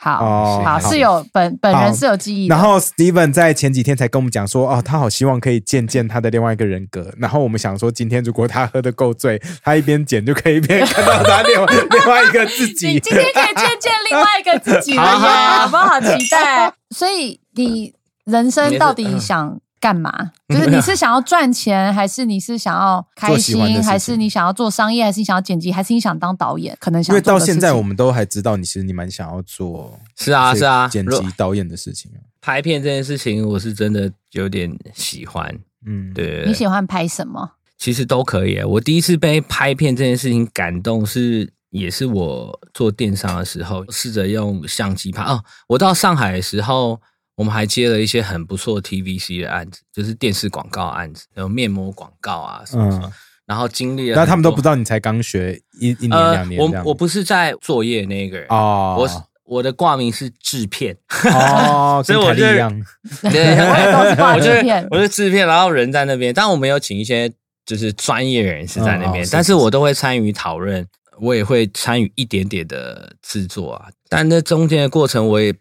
Speaker 2: 好，
Speaker 1: 哦
Speaker 2: 好是有本本人是有记忆的
Speaker 1: 然。后 Steven 在前几天才跟我们讲说，哦，他好希望可以见见他的另外一个人格。然后我们想说，今天如果他喝的够醉，他一边剪就可以一边看到他另外 另外一个自
Speaker 2: 你
Speaker 1: 己。
Speaker 2: 今天可以见见另外一个自己了
Speaker 3: 好
Speaker 2: 耶，
Speaker 3: 啊
Speaker 2: 好不好？期待。所以你人生到底想干嘛？就是你是想要赚钱，还是你是想要开
Speaker 1: 做喜欢的事
Speaker 2: 心，
Speaker 1: 情
Speaker 2: 还是你想要做商业，还是你想要剪辑，还是你想当导演？可能
Speaker 1: 因
Speaker 2: 想
Speaker 1: 为
Speaker 2: 做
Speaker 1: 到
Speaker 2: 的事情
Speaker 1: 现在我们都还知道，你其实你蛮想要做
Speaker 3: 是啊是啊，
Speaker 1: 剪
Speaker 3: 如
Speaker 1: 辑导演的事情。啊
Speaker 3: 拍片这件事情，我是真的有点喜欢。
Speaker 1: 嗯，
Speaker 3: 对，对对
Speaker 2: 你喜欢拍什么？
Speaker 3: 其实都可以。我第一次被拍片这件事情感动是。也是我做电商的时候，试着用相机拍哦。我到上海的时候，我们还接了一些很不错 TVC 的案子，就是电视广告案子，有面膜广告啊什么什么。
Speaker 1: 嗯
Speaker 3: 然后经历了很多，
Speaker 1: 然后他们都不知道你才刚学一一年
Speaker 3: 呃
Speaker 1: 两，年这
Speaker 3: 我
Speaker 1: 样。
Speaker 3: 我不是在作业那一个人，
Speaker 1: 哦，
Speaker 3: 我是我的挂名是制片，
Speaker 1: 哦，
Speaker 3: 所
Speaker 1: 跟
Speaker 3: 以我
Speaker 1: 凯莉
Speaker 3: 就
Speaker 1: 一样。
Speaker 3: 对
Speaker 2: 我也是挂
Speaker 3: 我
Speaker 2: 制片
Speaker 3: 是我是制片，然后人在那边，但我们有请一些就是专业人士在那
Speaker 1: 嗯哦
Speaker 3: 边，
Speaker 1: 是
Speaker 3: 但是我都会参与讨论，我也会参与一点点的制作啊，但那中间的过程，我也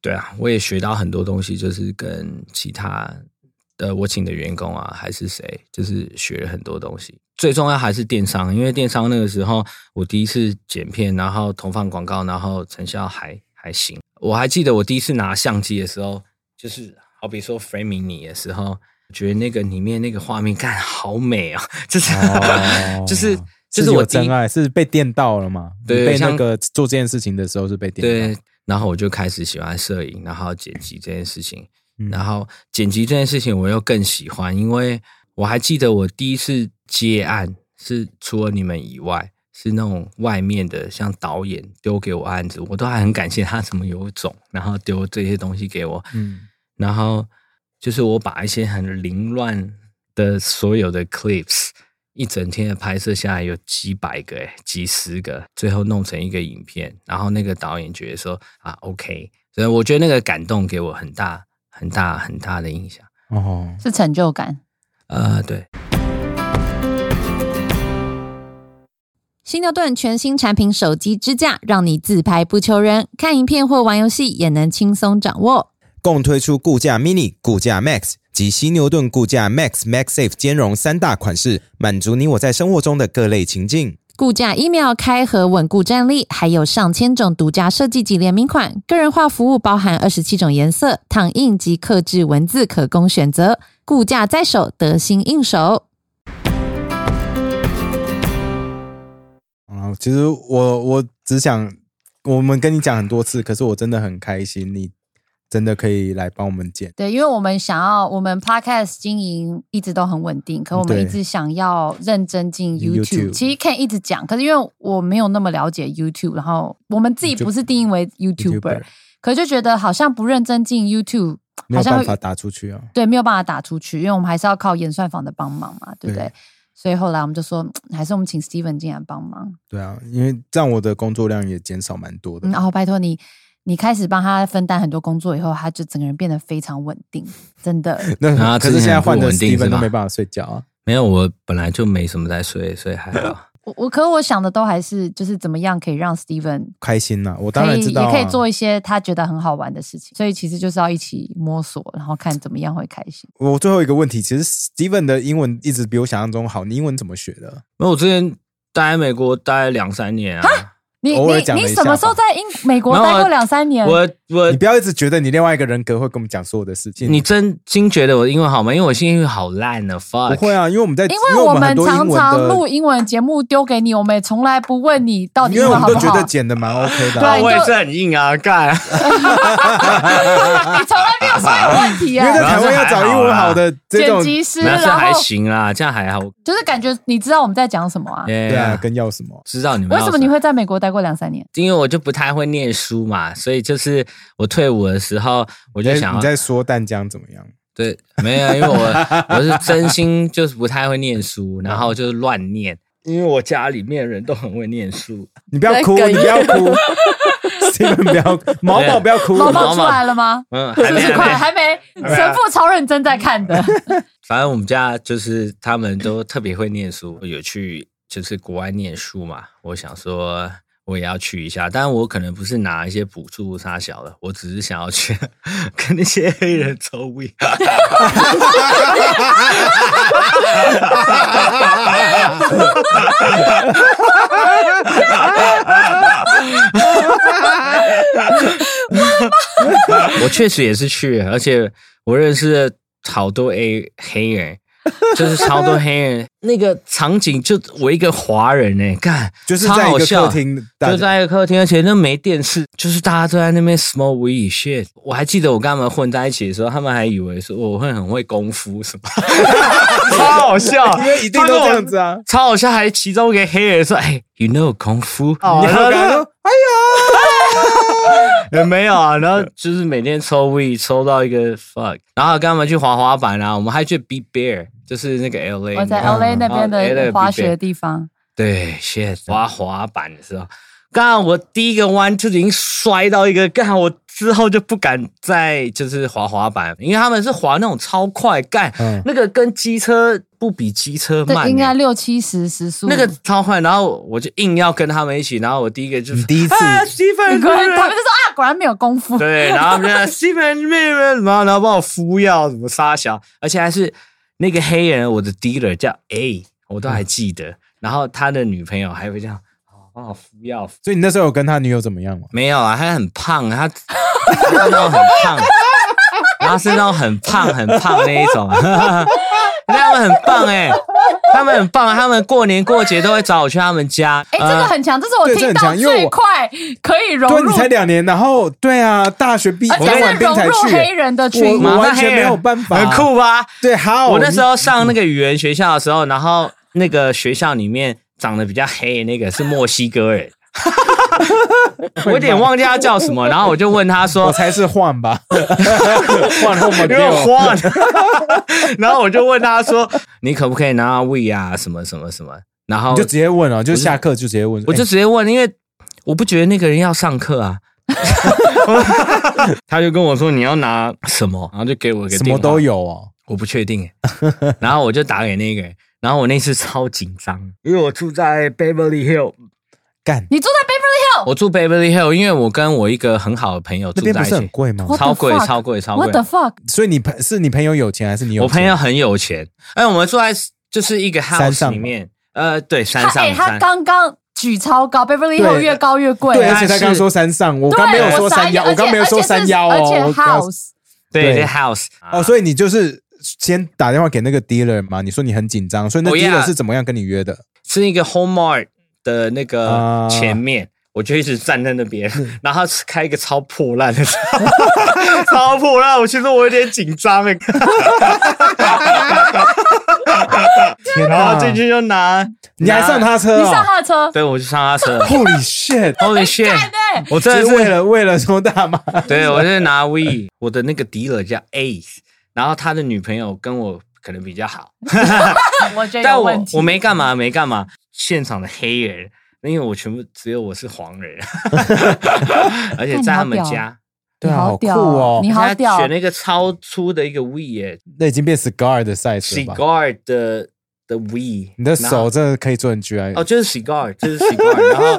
Speaker 3: 对啊，我也学到很多东西，就是跟其他的我请的员工啊，还是谁，就是学了很多东西。最重要还是电商，因为电商那个时候我第一次剪片，然后投放广告，然后成效还还行。我还记得我第一次拿相机的时候，就是好比说 framing 你的时候，觉得那个里面那个画面干好美啊， 就是、
Speaker 1: 哦
Speaker 3: 就是就是
Speaker 1: 是有
Speaker 3: 我第一
Speaker 1: 真爱是被电到了嘛？
Speaker 3: 对
Speaker 1: 你被那
Speaker 3: 像
Speaker 1: 个做这件事情的时候是被电到。
Speaker 3: 对，然后我就开始喜欢摄影，然后剪辑这件事情，
Speaker 1: 嗯
Speaker 3: 然后剪辑这件事情我又更喜欢，因为我还记得我第一次接案是除了你们以外，是那种外面的像导演丢给我案子，我都还很感谢他怎么有种，然后丢这些东西给我，
Speaker 1: 嗯，
Speaker 3: 然后就是我把一些很凌乱的所有的 clips。一整天的拍摄下来有几百个、欸，几十个，最后弄成一个影片，然后那个导演觉得说啊，OK，所以我觉得那个感动给我很大、很大、很大的影响。呃
Speaker 1: 哦，
Speaker 2: 是成就感。
Speaker 3: 呃，对，
Speaker 6: 新牛顿全新产品手机支架，让你自拍不求人，看影片或玩游戏也能轻松掌握。
Speaker 7: 共推出固架 Mini、固架 Max 及犀牛顿固架 Max、MaxSafe 兼容三大款式，满足你我在生活中的各类情境。
Speaker 6: 固架一秒开合稳固站立，还有上千种独家设计及联名款，个人化服务包含二十七种颜色、烫印及刻制文字可供选择。固架在手，得心应手。
Speaker 1: 啊，其实我我只想，我们跟你讲很多次，可是我真的很开心，你真的可以来帮我们剪。
Speaker 2: 对，因为我们想要，我们 podcast 经营一直都很稳定，可我们
Speaker 1: 对
Speaker 2: 一直想要认真经营 YouTube。
Speaker 1: YouTube
Speaker 2: 其实可以一直讲，可是因为我没有那么了解 YouTube，然后我们自己
Speaker 1: YouTube-
Speaker 2: 不是定义为 YouTuber，可就觉得好像不认真经营 YouTube，
Speaker 1: 没
Speaker 2: 好
Speaker 1: 有
Speaker 2: 像
Speaker 1: 办
Speaker 2: 会
Speaker 1: 法打出去啊。
Speaker 2: 对没有办法打出去，因为我们还是要靠演算法的帮忙嘛，对不对？
Speaker 1: 对
Speaker 2: 所以后来我们就说，嗯还是我们请 Steven 进来帮忙。
Speaker 1: 对啊，因为这样我的工作量也减少蛮多的。
Speaker 2: 嗯，然后拜托你，你开始帮他分担很多工作以后，他就整个人变得非常稳定，真 的。
Speaker 1: 那
Speaker 3: 啊
Speaker 1: 可是现在换的
Speaker 3: 之
Speaker 1: Steven
Speaker 3: 前很不稳定是
Speaker 1: 都
Speaker 3: 吧
Speaker 1: 没办法睡觉啊。
Speaker 3: 没有，我本来就没什么在睡，所以还 好。
Speaker 2: 我我可我想的都还是就是怎么样可以让 Steven
Speaker 1: 开心呐、我当
Speaker 2: 可
Speaker 1: 然
Speaker 2: 以
Speaker 1: 知道、啊，
Speaker 2: 也可以做一些他觉得很好玩的事情，所以其实就是要一起摸索，然后看怎么样会开心。
Speaker 1: 我最后一个问题，其实 Steven 的英文一直比我想象中好。你英文怎么学的？
Speaker 3: 那我之前待美国待两三年啊，
Speaker 2: 你
Speaker 1: 偶尔
Speaker 2: 你
Speaker 1: 讲了
Speaker 2: 你
Speaker 1: 一
Speaker 2: 什
Speaker 1: 下
Speaker 2: 么时候
Speaker 1: 吧
Speaker 2: 在英美国
Speaker 3: 没有
Speaker 2: 待
Speaker 3: 啊
Speaker 2: 过两三年？
Speaker 3: 我我
Speaker 1: 你不要一直觉得你另外一个人格会跟我们讲所有的事情。
Speaker 3: 呃你真心觉得我英文好吗？因为我英文好烂的
Speaker 1: 不
Speaker 3: ，fuck。
Speaker 1: 会啊，因为我们在，
Speaker 2: 因
Speaker 1: 为
Speaker 2: 为我
Speaker 1: 们很
Speaker 2: 们
Speaker 1: 多英
Speaker 2: 常
Speaker 1: 文
Speaker 2: 常
Speaker 1: 的，
Speaker 2: 录英文节目丢给你，我们也从来不问你到底
Speaker 1: 因
Speaker 2: 英
Speaker 1: 为我
Speaker 2: 文好
Speaker 1: 们
Speaker 2: 不
Speaker 1: 都觉
Speaker 2: 好。
Speaker 1: 得剪的蛮 OK 的、
Speaker 2: 对
Speaker 1: 啊
Speaker 2: 你。
Speaker 3: 我也
Speaker 2: 就是
Speaker 3: 很硬啊，干。
Speaker 2: 你从来没有说有问 题
Speaker 1: 因为在
Speaker 2: 啊。
Speaker 1: 台湾要找英文好的这
Speaker 2: 剪
Speaker 1: 种，
Speaker 2: 辑师，
Speaker 3: 那是
Speaker 2: 然
Speaker 3: 还
Speaker 2: 后啊
Speaker 3: 行啦，这样还好。
Speaker 2: 就是感觉你知道我们在讲什么啊？
Speaker 3: 对
Speaker 1: 对啊，跟要什么？
Speaker 3: 知道你们
Speaker 2: 为
Speaker 3: 要
Speaker 2: 什么你会在美国待过两三 年？
Speaker 3: 因为我就不太会念书嘛，所以就是我退伍的时候，我
Speaker 1: 你
Speaker 3: 就想
Speaker 1: 哎
Speaker 3: 啊
Speaker 1: 你
Speaker 3: 要
Speaker 1: 在说淡江怎么样？
Speaker 3: 对，没有，因 为我我是真心就是不太会念书，然
Speaker 1: 嗯
Speaker 3: 后就是乱念，因为我家里面人都很会念书，
Speaker 1: 你不要哭，
Speaker 4: 在哽
Speaker 1: 你
Speaker 4: 咽
Speaker 1: 不要 哭，Steven 不要哭，毛毛不要哭。
Speaker 2: 毛毛
Speaker 3: 毛
Speaker 2: 出来了吗？
Speaker 3: 嗯，还
Speaker 2: 是不
Speaker 3: 没
Speaker 2: 是
Speaker 3: 还
Speaker 2: 快
Speaker 3: 没，
Speaker 2: 还没？神父超认真在看的，
Speaker 3: 反正我们家就是他们都特别会念书，有去就是国外念书嘛，我想说。我也要去一下，但我可能不是拿一些补助啥小的，我只是想要去 跟那些黑人抽烟。我确实也是去，而且我认识了好多 A 黑人，就是超多黑人。那个场景就我一个华人哎、干
Speaker 1: 就是
Speaker 3: 超
Speaker 1: 在一
Speaker 3: 好
Speaker 1: 个
Speaker 3: 笑
Speaker 1: 客厅，大
Speaker 3: 就
Speaker 1: 家
Speaker 3: 在一个客厅，而且那没电视，就是大家都在那边 smoke weed shit。我还记得我跟他们混在一起的时候，他们还以为说我会很会功夫什 么，超好笑，
Speaker 1: 因为一定都这样子啊。
Speaker 3: 超好笑。还其中一个黑人说：“哎、y o u know 功夫？”
Speaker 1: 你还有刚刚说
Speaker 3: 也没有啊，然后就是每天抽 weed 抽到一个 fuck，然后跟他们去滑滑板啊，我们还去 Big Bear，就是那个 L A，
Speaker 2: 我在 LA 那边的滑雪的
Speaker 3: 啊的
Speaker 2: 地方，
Speaker 3: 对，shit，滑滑板的时候，刚好我第一个弯就已经摔到一个，刚好我之后就不敢再就是滑滑板，因为他们是滑那种超快干，
Speaker 1: 嗯
Speaker 3: 那个跟机车不比机车慢欸、
Speaker 2: 对，应该六七十时速。
Speaker 3: 那个超快，然后我就硬要跟他们一起，然后我第一个就是
Speaker 1: 第一次
Speaker 3: 啊，Stephen，
Speaker 2: 果然他们就说啊，果然没有功夫。
Speaker 3: 对，然后他们就在西门妹妹，然后然后帮我敷药，什么杀小，而且还是那个黑人，我的 dealer 叫 A，我都还记得。然后他的女朋友还会这样，哦，帮我敷药。
Speaker 1: 所以你那时候有跟他女友怎么样吗？
Speaker 3: 没有啊，他很胖，他 他是那种很胖，然后是那种很胖很胖那一种。 他们很棒哎、他们很棒，他们过年过节都会找我去他们家。
Speaker 2: 哎，这个很强，这是我
Speaker 1: 啊对这
Speaker 2: 听
Speaker 1: 很
Speaker 2: 到
Speaker 1: 强因为
Speaker 2: 最
Speaker 1: 我
Speaker 2: 快可以融
Speaker 1: 对
Speaker 2: 入
Speaker 1: 你，才两年，然后对啊，大学毕
Speaker 2: 而
Speaker 1: 我
Speaker 2: 且
Speaker 1: 当完
Speaker 2: 是
Speaker 1: 兵
Speaker 2: 融
Speaker 1: 才
Speaker 2: 入
Speaker 1: 去
Speaker 2: 黑
Speaker 1: 欸，
Speaker 2: 人的
Speaker 1: 我
Speaker 2: 群
Speaker 1: 我
Speaker 3: 马
Speaker 1: 完
Speaker 3: 上
Speaker 1: 全
Speaker 3: 黑
Speaker 1: 没
Speaker 3: 人
Speaker 1: 有办法
Speaker 3: 很酷吧？
Speaker 1: 对，好，
Speaker 3: 我那时候上那个语言学校的时候，然后那个学校里面长得比较黑的那个是墨西哥 人，我有点忘记他叫什么，然后我就问他
Speaker 1: 我
Speaker 3: 说。
Speaker 1: 才是换吧，
Speaker 3: 哦
Speaker 1: 换后
Speaker 3: 因
Speaker 1: 面
Speaker 3: 为花， 然后我就问他说：“你可不可以拿 we 啊，什么什么什么？”然后
Speaker 1: 你就直接问了，哦就下课就直接问，
Speaker 3: 我就
Speaker 1: 哎
Speaker 3: 直接问，因为我不觉得那个人要上课啊。 他就跟我说：“你要拿什么？”然后就给我一个
Speaker 1: 什么
Speaker 3: 电话
Speaker 1: 都有哦，
Speaker 3: 我不确定欸，然后我就打给那个人，然后我那次超紧张，因为我住在 Beverly Hill，
Speaker 1: 干
Speaker 2: 你住在 Beverly
Speaker 3: 我住 Beverly Hill，因为我跟我一个很好的朋友
Speaker 1: 那
Speaker 3: 住
Speaker 1: 边
Speaker 3: 在
Speaker 1: 不
Speaker 3: 一
Speaker 1: 是很
Speaker 3: 起，
Speaker 1: 贵吗？
Speaker 2: What
Speaker 3: 超贵
Speaker 2: the fuck？
Speaker 3: 超贵超
Speaker 2: Hill，What
Speaker 3: 贵
Speaker 2: the。fuck？
Speaker 1: 所以你朋是你朋友有钱还是你有钱？
Speaker 3: 我朋友很有钱，哎，我们住在就是一个
Speaker 1: 山上
Speaker 3: house 里面，呃，对，山
Speaker 2: 他
Speaker 3: 上
Speaker 2: 哎，他
Speaker 3: 山
Speaker 2: 刚刚举超高，Beverly
Speaker 1: 对
Speaker 2: Hill 越高越贵。
Speaker 1: 对，
Speaker 3: 但
Speaker 1: 而且他
Speaker 3: 是
Speaker 1: 刚说山上，我
Speaker 2: 对
Speaker 1: 刚没有说
Speaker 2: 我傻
Speaker 1: 山
Speaker 2: 眼
Speaker 1: 腰，
Speaker 2: 而
Speaker 1: 我
Speaker 2: 且
Speaker 1: 刚没有说山腰
Speaker 2: 而
Speaker 1: 哦，
Speaker 2: 且
Speaker 1: 我
Speaker 2: 而且
Speaker 1: 刚
Speaker 2: house
Speaker 3: 对，
Speaker 1: 对
Speaker 3: 这 house 啊
Speaker 1: 哦，所以你就是先打电话给那个 dealer 嘛？你说你很紧张，所以那
Speaker 3: 我呀
Speaker 1: dealer 是怎么样跟你约的？
Speaker 3: 是一个 Home Mart 的那
Speaker 1: 啊
Speaker 3: 个前面，我就一直站在那边， 然后他开一个超破烂的， 超破烂，我其实我有点紧张哎，
Speaker 1: 啊天啊
Speaker 3: 然后进去就拿，
Speaker 1: 你还上
Speaker 3: 拿，
Speaker 1: 他车
Speaker 2: 你
Speaker 1: 啊
Speaker 2: 上他的车，
Speaker 3: 对我就上 他车
Speaker 1: ？Holy shit！
Speaker 3: ，Holy shit！
Speaker 2: 对，
Speaker 3: 我真
Speaker 1: 这是
Speaker 3: 的是
Speaker 1: 为了为了收大麻，
Speaker 3: 对，我是拿 V，我的那个敌人叫 Ace，然后他的女朋友跟我可能比较好，
Speaker 2: 我觉得
Speaker 3: 但
Speaker 2: 有
Speaker 3: 我
Speaker 2: 问题
Speaker 3: 我没干嘛，没干嘛。现场的黑人，因为我全部只有我是黄人， 而且在他们家，
Speaker 1: 对啊，
Speaker 2: 你
Speaker 1: 好
Speaker 2: 好
Speaker 1: 酷
Speaker 2: 屌
Speaker 1: 哦！
Speaker 2: 你好屌
Speaker 3: 他选了一个超粗的一个 V 耶
Speaker 1: 那已经变 cigar 的 size 了吧？
Speaker 3: ，cigar 的的 V，
Speaker 1: 你的
Speaker 3: 然
Speaker 1: 手
Speaker 3: 后
Speaker 1: 真的可以做成 G I，
Speaker 3: 哦，就是 cigar，就是 cigar，然 后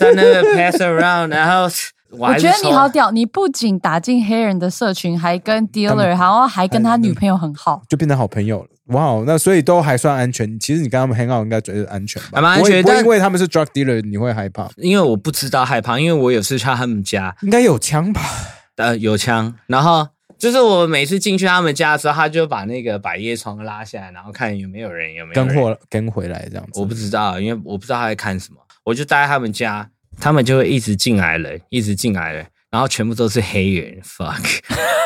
Speaker 3: 在那个 pass around，然后我
Speaker 2: 我
Speaker 3: 还是
Speaker 2: 觉得你
Speaker 3: 抽
Speaker 2: 好屌，你不仅打进黑人的社群，还跟
Speaker 1: 们
Speaker 2: dealer，然后还跟他女朋友很好。
Speaker 1: 就变成好朋友了。哇哦，那所以都还算安全。其实你跟他们 hang out 应该觉得安全吧？
Speaker 3: 还蛮安
Speaker 1: 不
Speaker 3: 全
Speaker 1: 会不会
Speaker 3: 但
Speaker 1: 因为他们是 drug dealer，你会害怕？
Speaker 3: 因为我不知道害怕，因为我有次去他们家，
Speaker 1: 应该有枪吧？
Speaker 3: 呃，有枪，然后就是我每次进去他们家的时候，他就把那个百叶窗拉下来，然后看有没有人，有没有
Speaker 1: 跟
Speaker 3: 人。
Speaker 1: 货跟回来这样子。
Speaker 3: 我不知道，因为我不知道他在看什么，我就待在他们家，他们就会一直进来人，一直进来人，然后全部都是黑人，fuck，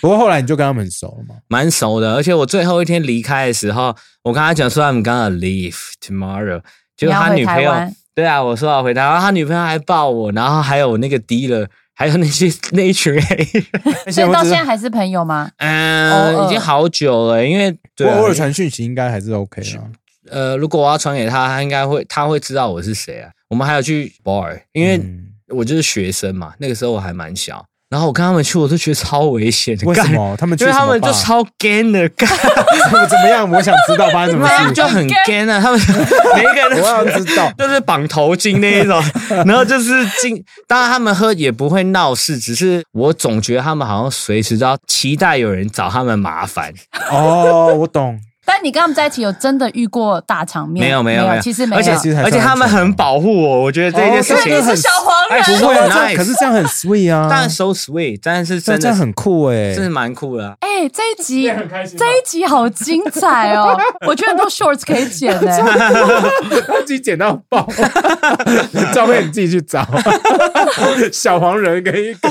Speaker 1: 不过后来你就跟他们很熟了嘛？
Speaker 3: 蛮熟的。而且我最后一天离开的时候，我跟他讲说 I'm gonna leave tomorrow，结
Speaker 2: 你
Speaker 3: 果
Speaker 2: 要
Speaker 3: 他
Speaker 2: 回
Speaker 3: 女朋
Speaker 2: 台
Speaker 3: 友
Speaker 2: 湾
Speaker 3: 对啊，我说要回台湾，他女朋友还抱我，然后还有那个 dealer，还有那些 那一群黑人。
Speaker 2: 所以到现在还是朋友吗？偶
Speaker 3: 嗯，
Speaker 2: 尔
Speaker 3: 已经好久了，因为
Speaker 1: 我
Speaker 3: 对啊
Speaker 1: 偶尔传讯息应该还是 OK 啦。
Speaker 3: 呃，如果我要传给他，他应该会他会知道我是谁啊。我们还有去 bar，因为
Speaker 1: 嗯
Speaker 3: 我就是学生嘛，那个时候我还蛮小，然后我跟他们去，我都觉得超危险的，
Speaker 1: 为什
Speaker 3: 干？
Speaker 1: 么他们去
Speaker 3: 因为
Speaker 1: 什
Speaker 3: 他
Speaker 1: 么
Speaker 3: 们就
Speaker 1: 吧
Speaker 3: 超 gay 的，干，
Speaker 1: 怎么样？我想知道发生什么
Speaker 3: 他们
Speaker 1: 事，
Speaker 3: 就很 gay 啊，他们每一个
Speaker 1: 我
Speaker 3: 人
Speaker 1: 想
Speaker 3: 都
Speaker 1: 知道。
Speaker 3: 就是绑头巾那一种， 然后就是进，当然他们喝也不会闹事，只是我总觉得他们好像随时都要期待有人找他们麻烦，
Speaker 1: 哦，我懂，
Speaker 2: 但你跟他们在一起有真的遇过大场面？
Speaker 3: 没有没有
Speaker 2: 有，
Speaker 3: 没有
Speaker 2: 其实没有。
Speaker 3: 而且
Speaker 1: 其实还
Speaker 3: 而且
Speaker 1: 算
Speaker 3: 他们
Speaker 1: 安全
Speaker 3: 很保护我，我觉得这件事
Speaker 1: 哦
Speaker 3: 情
Speaker 1: 对
Speaker 2: 你是小黄
Speaker 3: 哎
Speaker 2: 人，
Speaker 3: 不
Speaker 1: 不
Speaker 3: 会
Speaker 1: 会
Speaker 3: 啊
Speaker 1: 啊，
Speaker 3: 这
Speaker 1: 这
Speaker 3: 样
Speaker 1: 样
Speaker 3: nice
Speaker 1: 可是这样很 sweet 啊，
Speaker 3: 当
Speaker 2: 嗯
Speaker 3: 然 so sweet，但是
Speaker 1: 这
Speaker 3: 真
Speaker 1: 这
Speaker 3: 的
Speaker 1: 样
Speaker 3: 是
Speaker 1: 很酷哎
Speaker 3: 是。蛮酷的啊。
Speaker 2: 哎、这一集这一集好精彩 哦！我觉得很多 shorts 可以剪呢、
Speaker 1: 他自己捡到 爆，照片你自己去 找。小黄人跟一个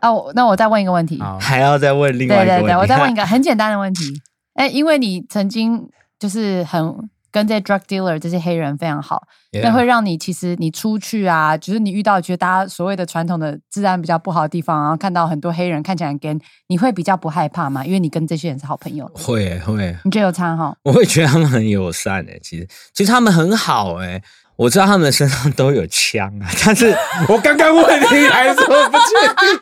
Speaker 2: 啊，我那我再问一个问题，
Speaker 3: 还要再问另外
Speaker 2: 对
Speaker 3: 一个
Speaker 2: 对对，我
Speaker 3: 问题
Speaker 2: 再问一个很简单的问题。哎、因为你曾经就是很跟这些 drug dealer 这些黑人非常好，
Speaker 3: Yeah
Speaker 2: 那会让你其实你出去啊，就是你遇到觉得大家所谓的传统的治安比较不好的地方，然后看到很多黑人看起来跟你会比较不害怕吗？因为你跟这些人是好朋友，
Speaker 3: 会会，
Speaker 2: 你觉得有差哈？
Speaker 3: 我会觉得他们很友善诶、其实其实他们很好诶、我知道他们身上都有枪啊， 但是
Speaker 1: 我刚刚问你还说不去，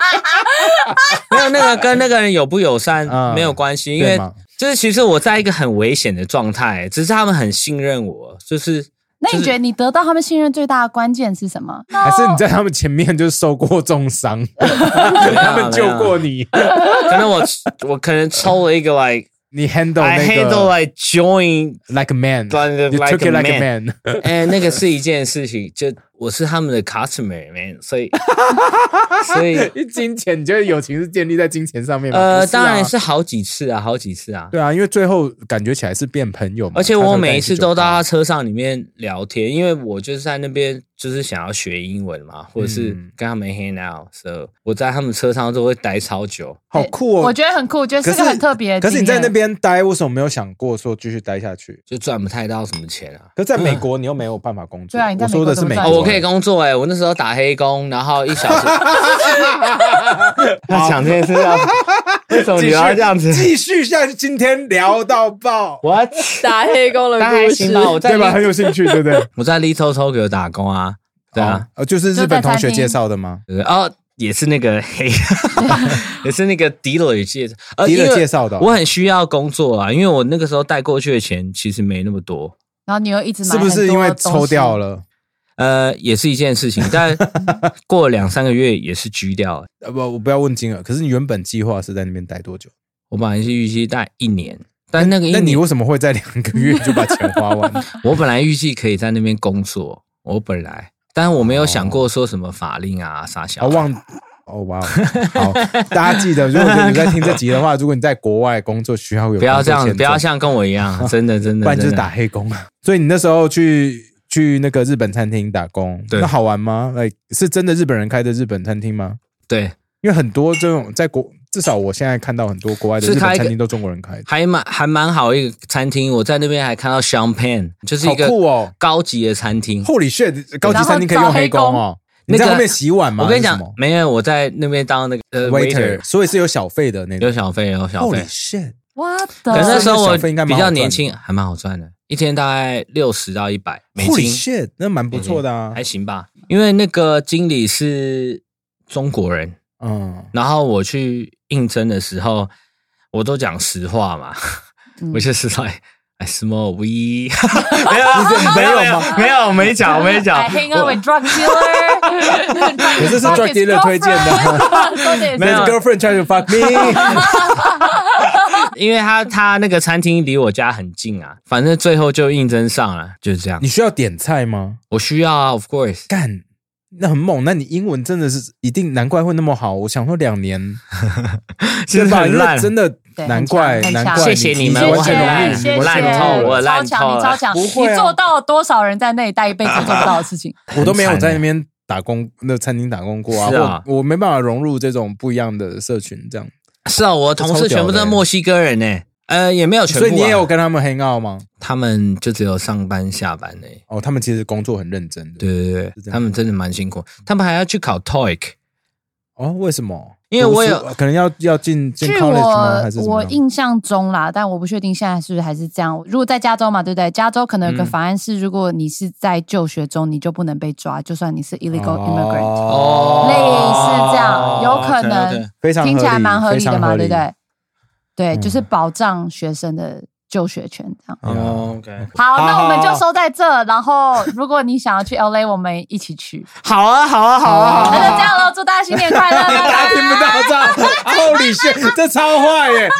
Speaker 3: 没有那个跟那个人友不友善
Speaker 1: 嗯
Speaker 3: 没有关系，因
Speaker 1: 对
Speaker 3: 为
Speaker 1: 嘛
Speaker 3: 就是其实我在一个很危险的状态、只是他们很信任我，就是
Speaker 2: 那你觉得你得到他们信任最大的关键是什么？
Speaker 1: 还是你在他们前面就受过重伤，他们救过你，
Speaker 3: 可能我 我可能抽了一个 like
Speaker 1: 你 handle
Speaker 3: I
Speaker 1: 那
Speaker 3: handle
Speaker 1: 个
Speaker 3: like join
Speaker 1: like a man，
Speaker 3: Like-
Speaker 1: you took it
Speaker 3: like
Speaker 1: like
Speaker 3: a
Speaker 1: a man。
Speaker 3: 哎，那个是一件事情，就我是他们的 customer man，所以所以
Speaker 1: 一金钱，你觉得友情是建立在金钱上面吗？
Speaker 3: 呃，
Speaker 1: 不是啊
Speaker 3: 当然是好几次啊，好几次啊。
Speaker 1: 对啊，因为最后感觉起来是变朋友嘛。
Speaker 3: 而且
Speaker 1: 他才
Speaker 3: 我
Speaker 1: 会带
Speaker 3: 每一
Speaker 1: 你去
Speaker 3: 次
Speaker 1: 酒
Speaker 3: 都到
Speaker 1: 吧
Speaker 3: 他车上里面聊天，因为我就是在那边就是想要学英文嘛，或者是
Speaker 1: 嗯
Speaker 3: 跟他们 hang out，所以我在他们车上都会待超久。
Speaker 1: 好酷哦！
Speaker 2: 我觉得很酷，我觉得
Speaker 1: 可
Speaker 2: 是
Speaker 1: 是
Speaker 2: 个很特别的
Speaker 1: 可是你在
Speaker 2: 经
Speaker 1: 那
Speaker 2: 验
Speaker 1: 边待，为什么没有想过说继续待下去？
Speaker 3: 就赚不太到什么钱啊！
Speaker 1: 可是在美国，你又没有办法工作。
Speaker 2: 对啊你在
Speaker 1: 我说的是美
Speaker 2: 美
Speaker 1: 国。
Speaker 2: 国怎么
Speaker 3: 哦，我可以工作哎、我那时候打黑工，然后一 小时。 要讲这件事啊？为什么你要这样子
Speaker 1: 继续下去，今天聊到爆，
Speaker 3: ？What？
Speaker 4: 打黑工的
Speaker 3: 那还
Speaker 4: 故
Speaker 3: 行
Speaker 4: 事，
Speaker 3: 吧，我在
Speaker 1: 对吧？很有兴趣，对不对？
Speaker 3: 我在 Little Tokyo 打工啊，对啊，
Speaker 1: 哦，呃，就是日
Speaker 2: 就在
Speaker 1: 本同
Speaker 2: 餐
Speaker 1: 学
Speaker 2: 厅
Speaker 1: 介绍的吗？
Speaker 3: 对哦，也是那 个 黑，也是那个 dealer 介呃
Speaker 7: dealer
Speaker 3: 因为
Speaker 7: 介绍的哦
Speaker 3: 我很需要工作啊，因为我那个时候带过去的钱其实没那么多，
Speaker 2: 然后你又一直买，
Speaker 1: 是不是因为抽掉？了？
Speaker 3: 呃，也是一件事情， 但过了两三个月也是居掉了。
Speaker 1: 呃，不，我不要问金额。可是你原本计划是在那边待多久？
Speaker 3: 我本来是预计大概一年，但那个一
Speaker 1: 那
Speaker 3: 年
Speaker 1: 你为什么会在两个月就把钱花 完？
Speaker 3: 我本来预计可以在那边工作，我本来，但我没有想过说什么法令啊、啥小
Speaker 1: 哦，
Speaker 3: 孩。
Speaker 1: 忘哦哇哦，好，大家记得，如果你在听这集的话，如果你在国外工作需要有
Speaker 3: 不要这
Speaker 1: 工
Speaker 3: 样，
Speaker 1: 作签证
Speaker 3: 不要像跟我一样，真的真的，
Speaker 1: 不然就是
Speaker 3: 真的
Speaker 1: 打黑工啊。所以你那时候去去那个日本餐厅打工，
Speaker 3: 对
Speaker 1: 那好玩吗？哎、是真的日本人开的日本餐厅吗？
Speaker 3: 对，
Speaker 1: 因为很多这种在国，至少我现在看到很多国外的
Speaker 3: 是
Speaker 1: 日
Speaker 3: 开
Speaker 1: 本
Speaker 3: 一个
Speaker 1: 餐厅都中国人开的，
Speaker 3: 还蛮还蛮好一个餐厅，我在那边还看到 champagne，就是一
Speaker 1: 好
Speaker 3: 个
Speaker 1: 酷哦
Speaker 3: 高级的餐厅。
Speaker 1: ！Holy shit，高级餐厅可以用黑工哦。
Speaker 3: 然后找黑工
Speaker 1: 你在
Speaker 3: 那个
Speaker 1: 后面洗碗吗？
Speaker 3: 我跟你
Speaker 1: 还
Speaker 3: 讲
Speaker 1: 是什么，
Speaker 3: 没有，我在那边当那个呃
Speaker 1: waiter，所以是有小费的那
Speaker 3: 有
Speaker 1: 种。
Speaker 3: 小费有小费
Speaker 1: Holy，shit！
Speaker 2: 我
Speaker 3: 可
Speaker 2: 的
Speaker 3: 是那时候
Speaker 1: 那
Speaker 3: 我
Speaker 1: 小费应该蛮
Speaker 3: 比
Speaker 1: 好
Speaker 3: 较年轻，还蛮好赚的，一天大概六十到一百美
Speaker 1: Holy
Speaker 3: 金，
Speaker 1: shit，那蛮不错的啊
Speaker 3: 还。行吧。因为那个经理是中国人，
Speaker 1: 嗯，
Speaker 3: 然后我去应征的时候，我都讲实话嘛，
Speaker 2: 嗯
Speaker 3: 我就是说，哎哎什么 we 没有啊没有没有没有没讲没讲
Speaker 2: I，hang out with drug dealer，
Speaker 1: 可是是 drug dealer 推荐的
Speaker 2: 没
Speaker 3: 没
Speaker 2: 有
Speaker 3: 有
Speaker 1: His girlfriend try to fuck me
Speaker 3: 因为他他那个餐厅离我家很近啊，反正最后就应征上了，就是这样
Speaker 1: 你。需要点菜吗？
Speaker 3: 我需要啊，of course，
Speaker 1: 干，那很猛。那你英文真的是一定难怪会那么好。我想说两 年，
Speaker 3: 是
Speaker 1: 吧？
Speaker 3: 很
Speaker 1: 因为
Speaker 3: 烂，
Speaker 1: 真的
Speaker 2: 对
Speaker 1: 难怪
Speaker 2: 很强很强
Speaker 1: 难怪。
Speaker 3: 谢谢你们
Speaker 1: 完
Speaker 3: 我很
Speaker 1: 全
Speaker 3: 烂
Speaker 2: 谢谢，
Speaker 3: 我烂透了我烂
Speaker 2: 超
Speaker 3: 透
Speaker 2: 强，
Speaker 3: 了
Speaker 2: 你超强，
Speaker 1: 不会啊
Speaker 2: 你做到多少人在那里待一辈子做不到的事 情？
Speaker 1: 我都没有在那边打工，那餐厅打工过啊。
Speaker 3: 欸是啊
Speaker 1: 我我没办法融入这种不一样的社群，这样。
Speaker 3: 是啊，我同事全部都是墨西哥人呢、呃，也没有全部、
Speaker 1: 所
Speaker 3: 啊，
Speaker 1: 以你也有跟他们 hang out 吗？
Speaker 3: 他们就只有上班下班呢、
Speaker 1: 哦，他们其实工作很认真的。
Speaker 3: 对对
Speaker 1: 是这
Speaker 3: 对，
Speaker 1: 样
Speaker 3: 他们真的蛮辛苦，他们还要去考 E TOEIC。
Speaker 1: 哦，为什么？
Speaker 3: 因为我有
Speaker 1: 读书可能要要进进
Speaker 2: 据
Speaker 1: college 吗？还是怎
Speaker 2: 我
Speaker 1: 么
Speaker 2: 我
Speaker 1: 样？
Speaker 2: 印象中啦，但我不确定现在是不是还是这样。如果在加州嘛，对不对？加州可能有个
Speaker 1: 嗯
Speaker 2: 法案是，如果你是在就学中，你就不能被抓，就算你是 illegal immigrant，
Speaker 1: 哦
Speaker 2: 类似这样，有可能
Speaker 3: OK，OK
Speaker 1: 非常合理
Speaker 2: 听起来蛮合理的嘛，对不？
Speaker 1: 非常合嗯
Speaker 2: 对？对，就是保障学生的就学权这样。
Speaker 3: 哦，OK，
Speaker 2: 好，那
Speaker 1: 好
Speaker 2: 我们就
Speaker 1: 好
Speaker 2: 收在这。然后，如果你想要去 LA，我们一起去。
Speaker 3: 好啊，好啊，好啊，好
Speaker 2: 那就
Speaker 3: 啊。
Speaker 2: 这样喽，祝大家新年快乐！拜
Speaker 1: 大家
Speaker 2: 拜
Speaker 1: 听不到这样，厚礼炫，这超坏耶！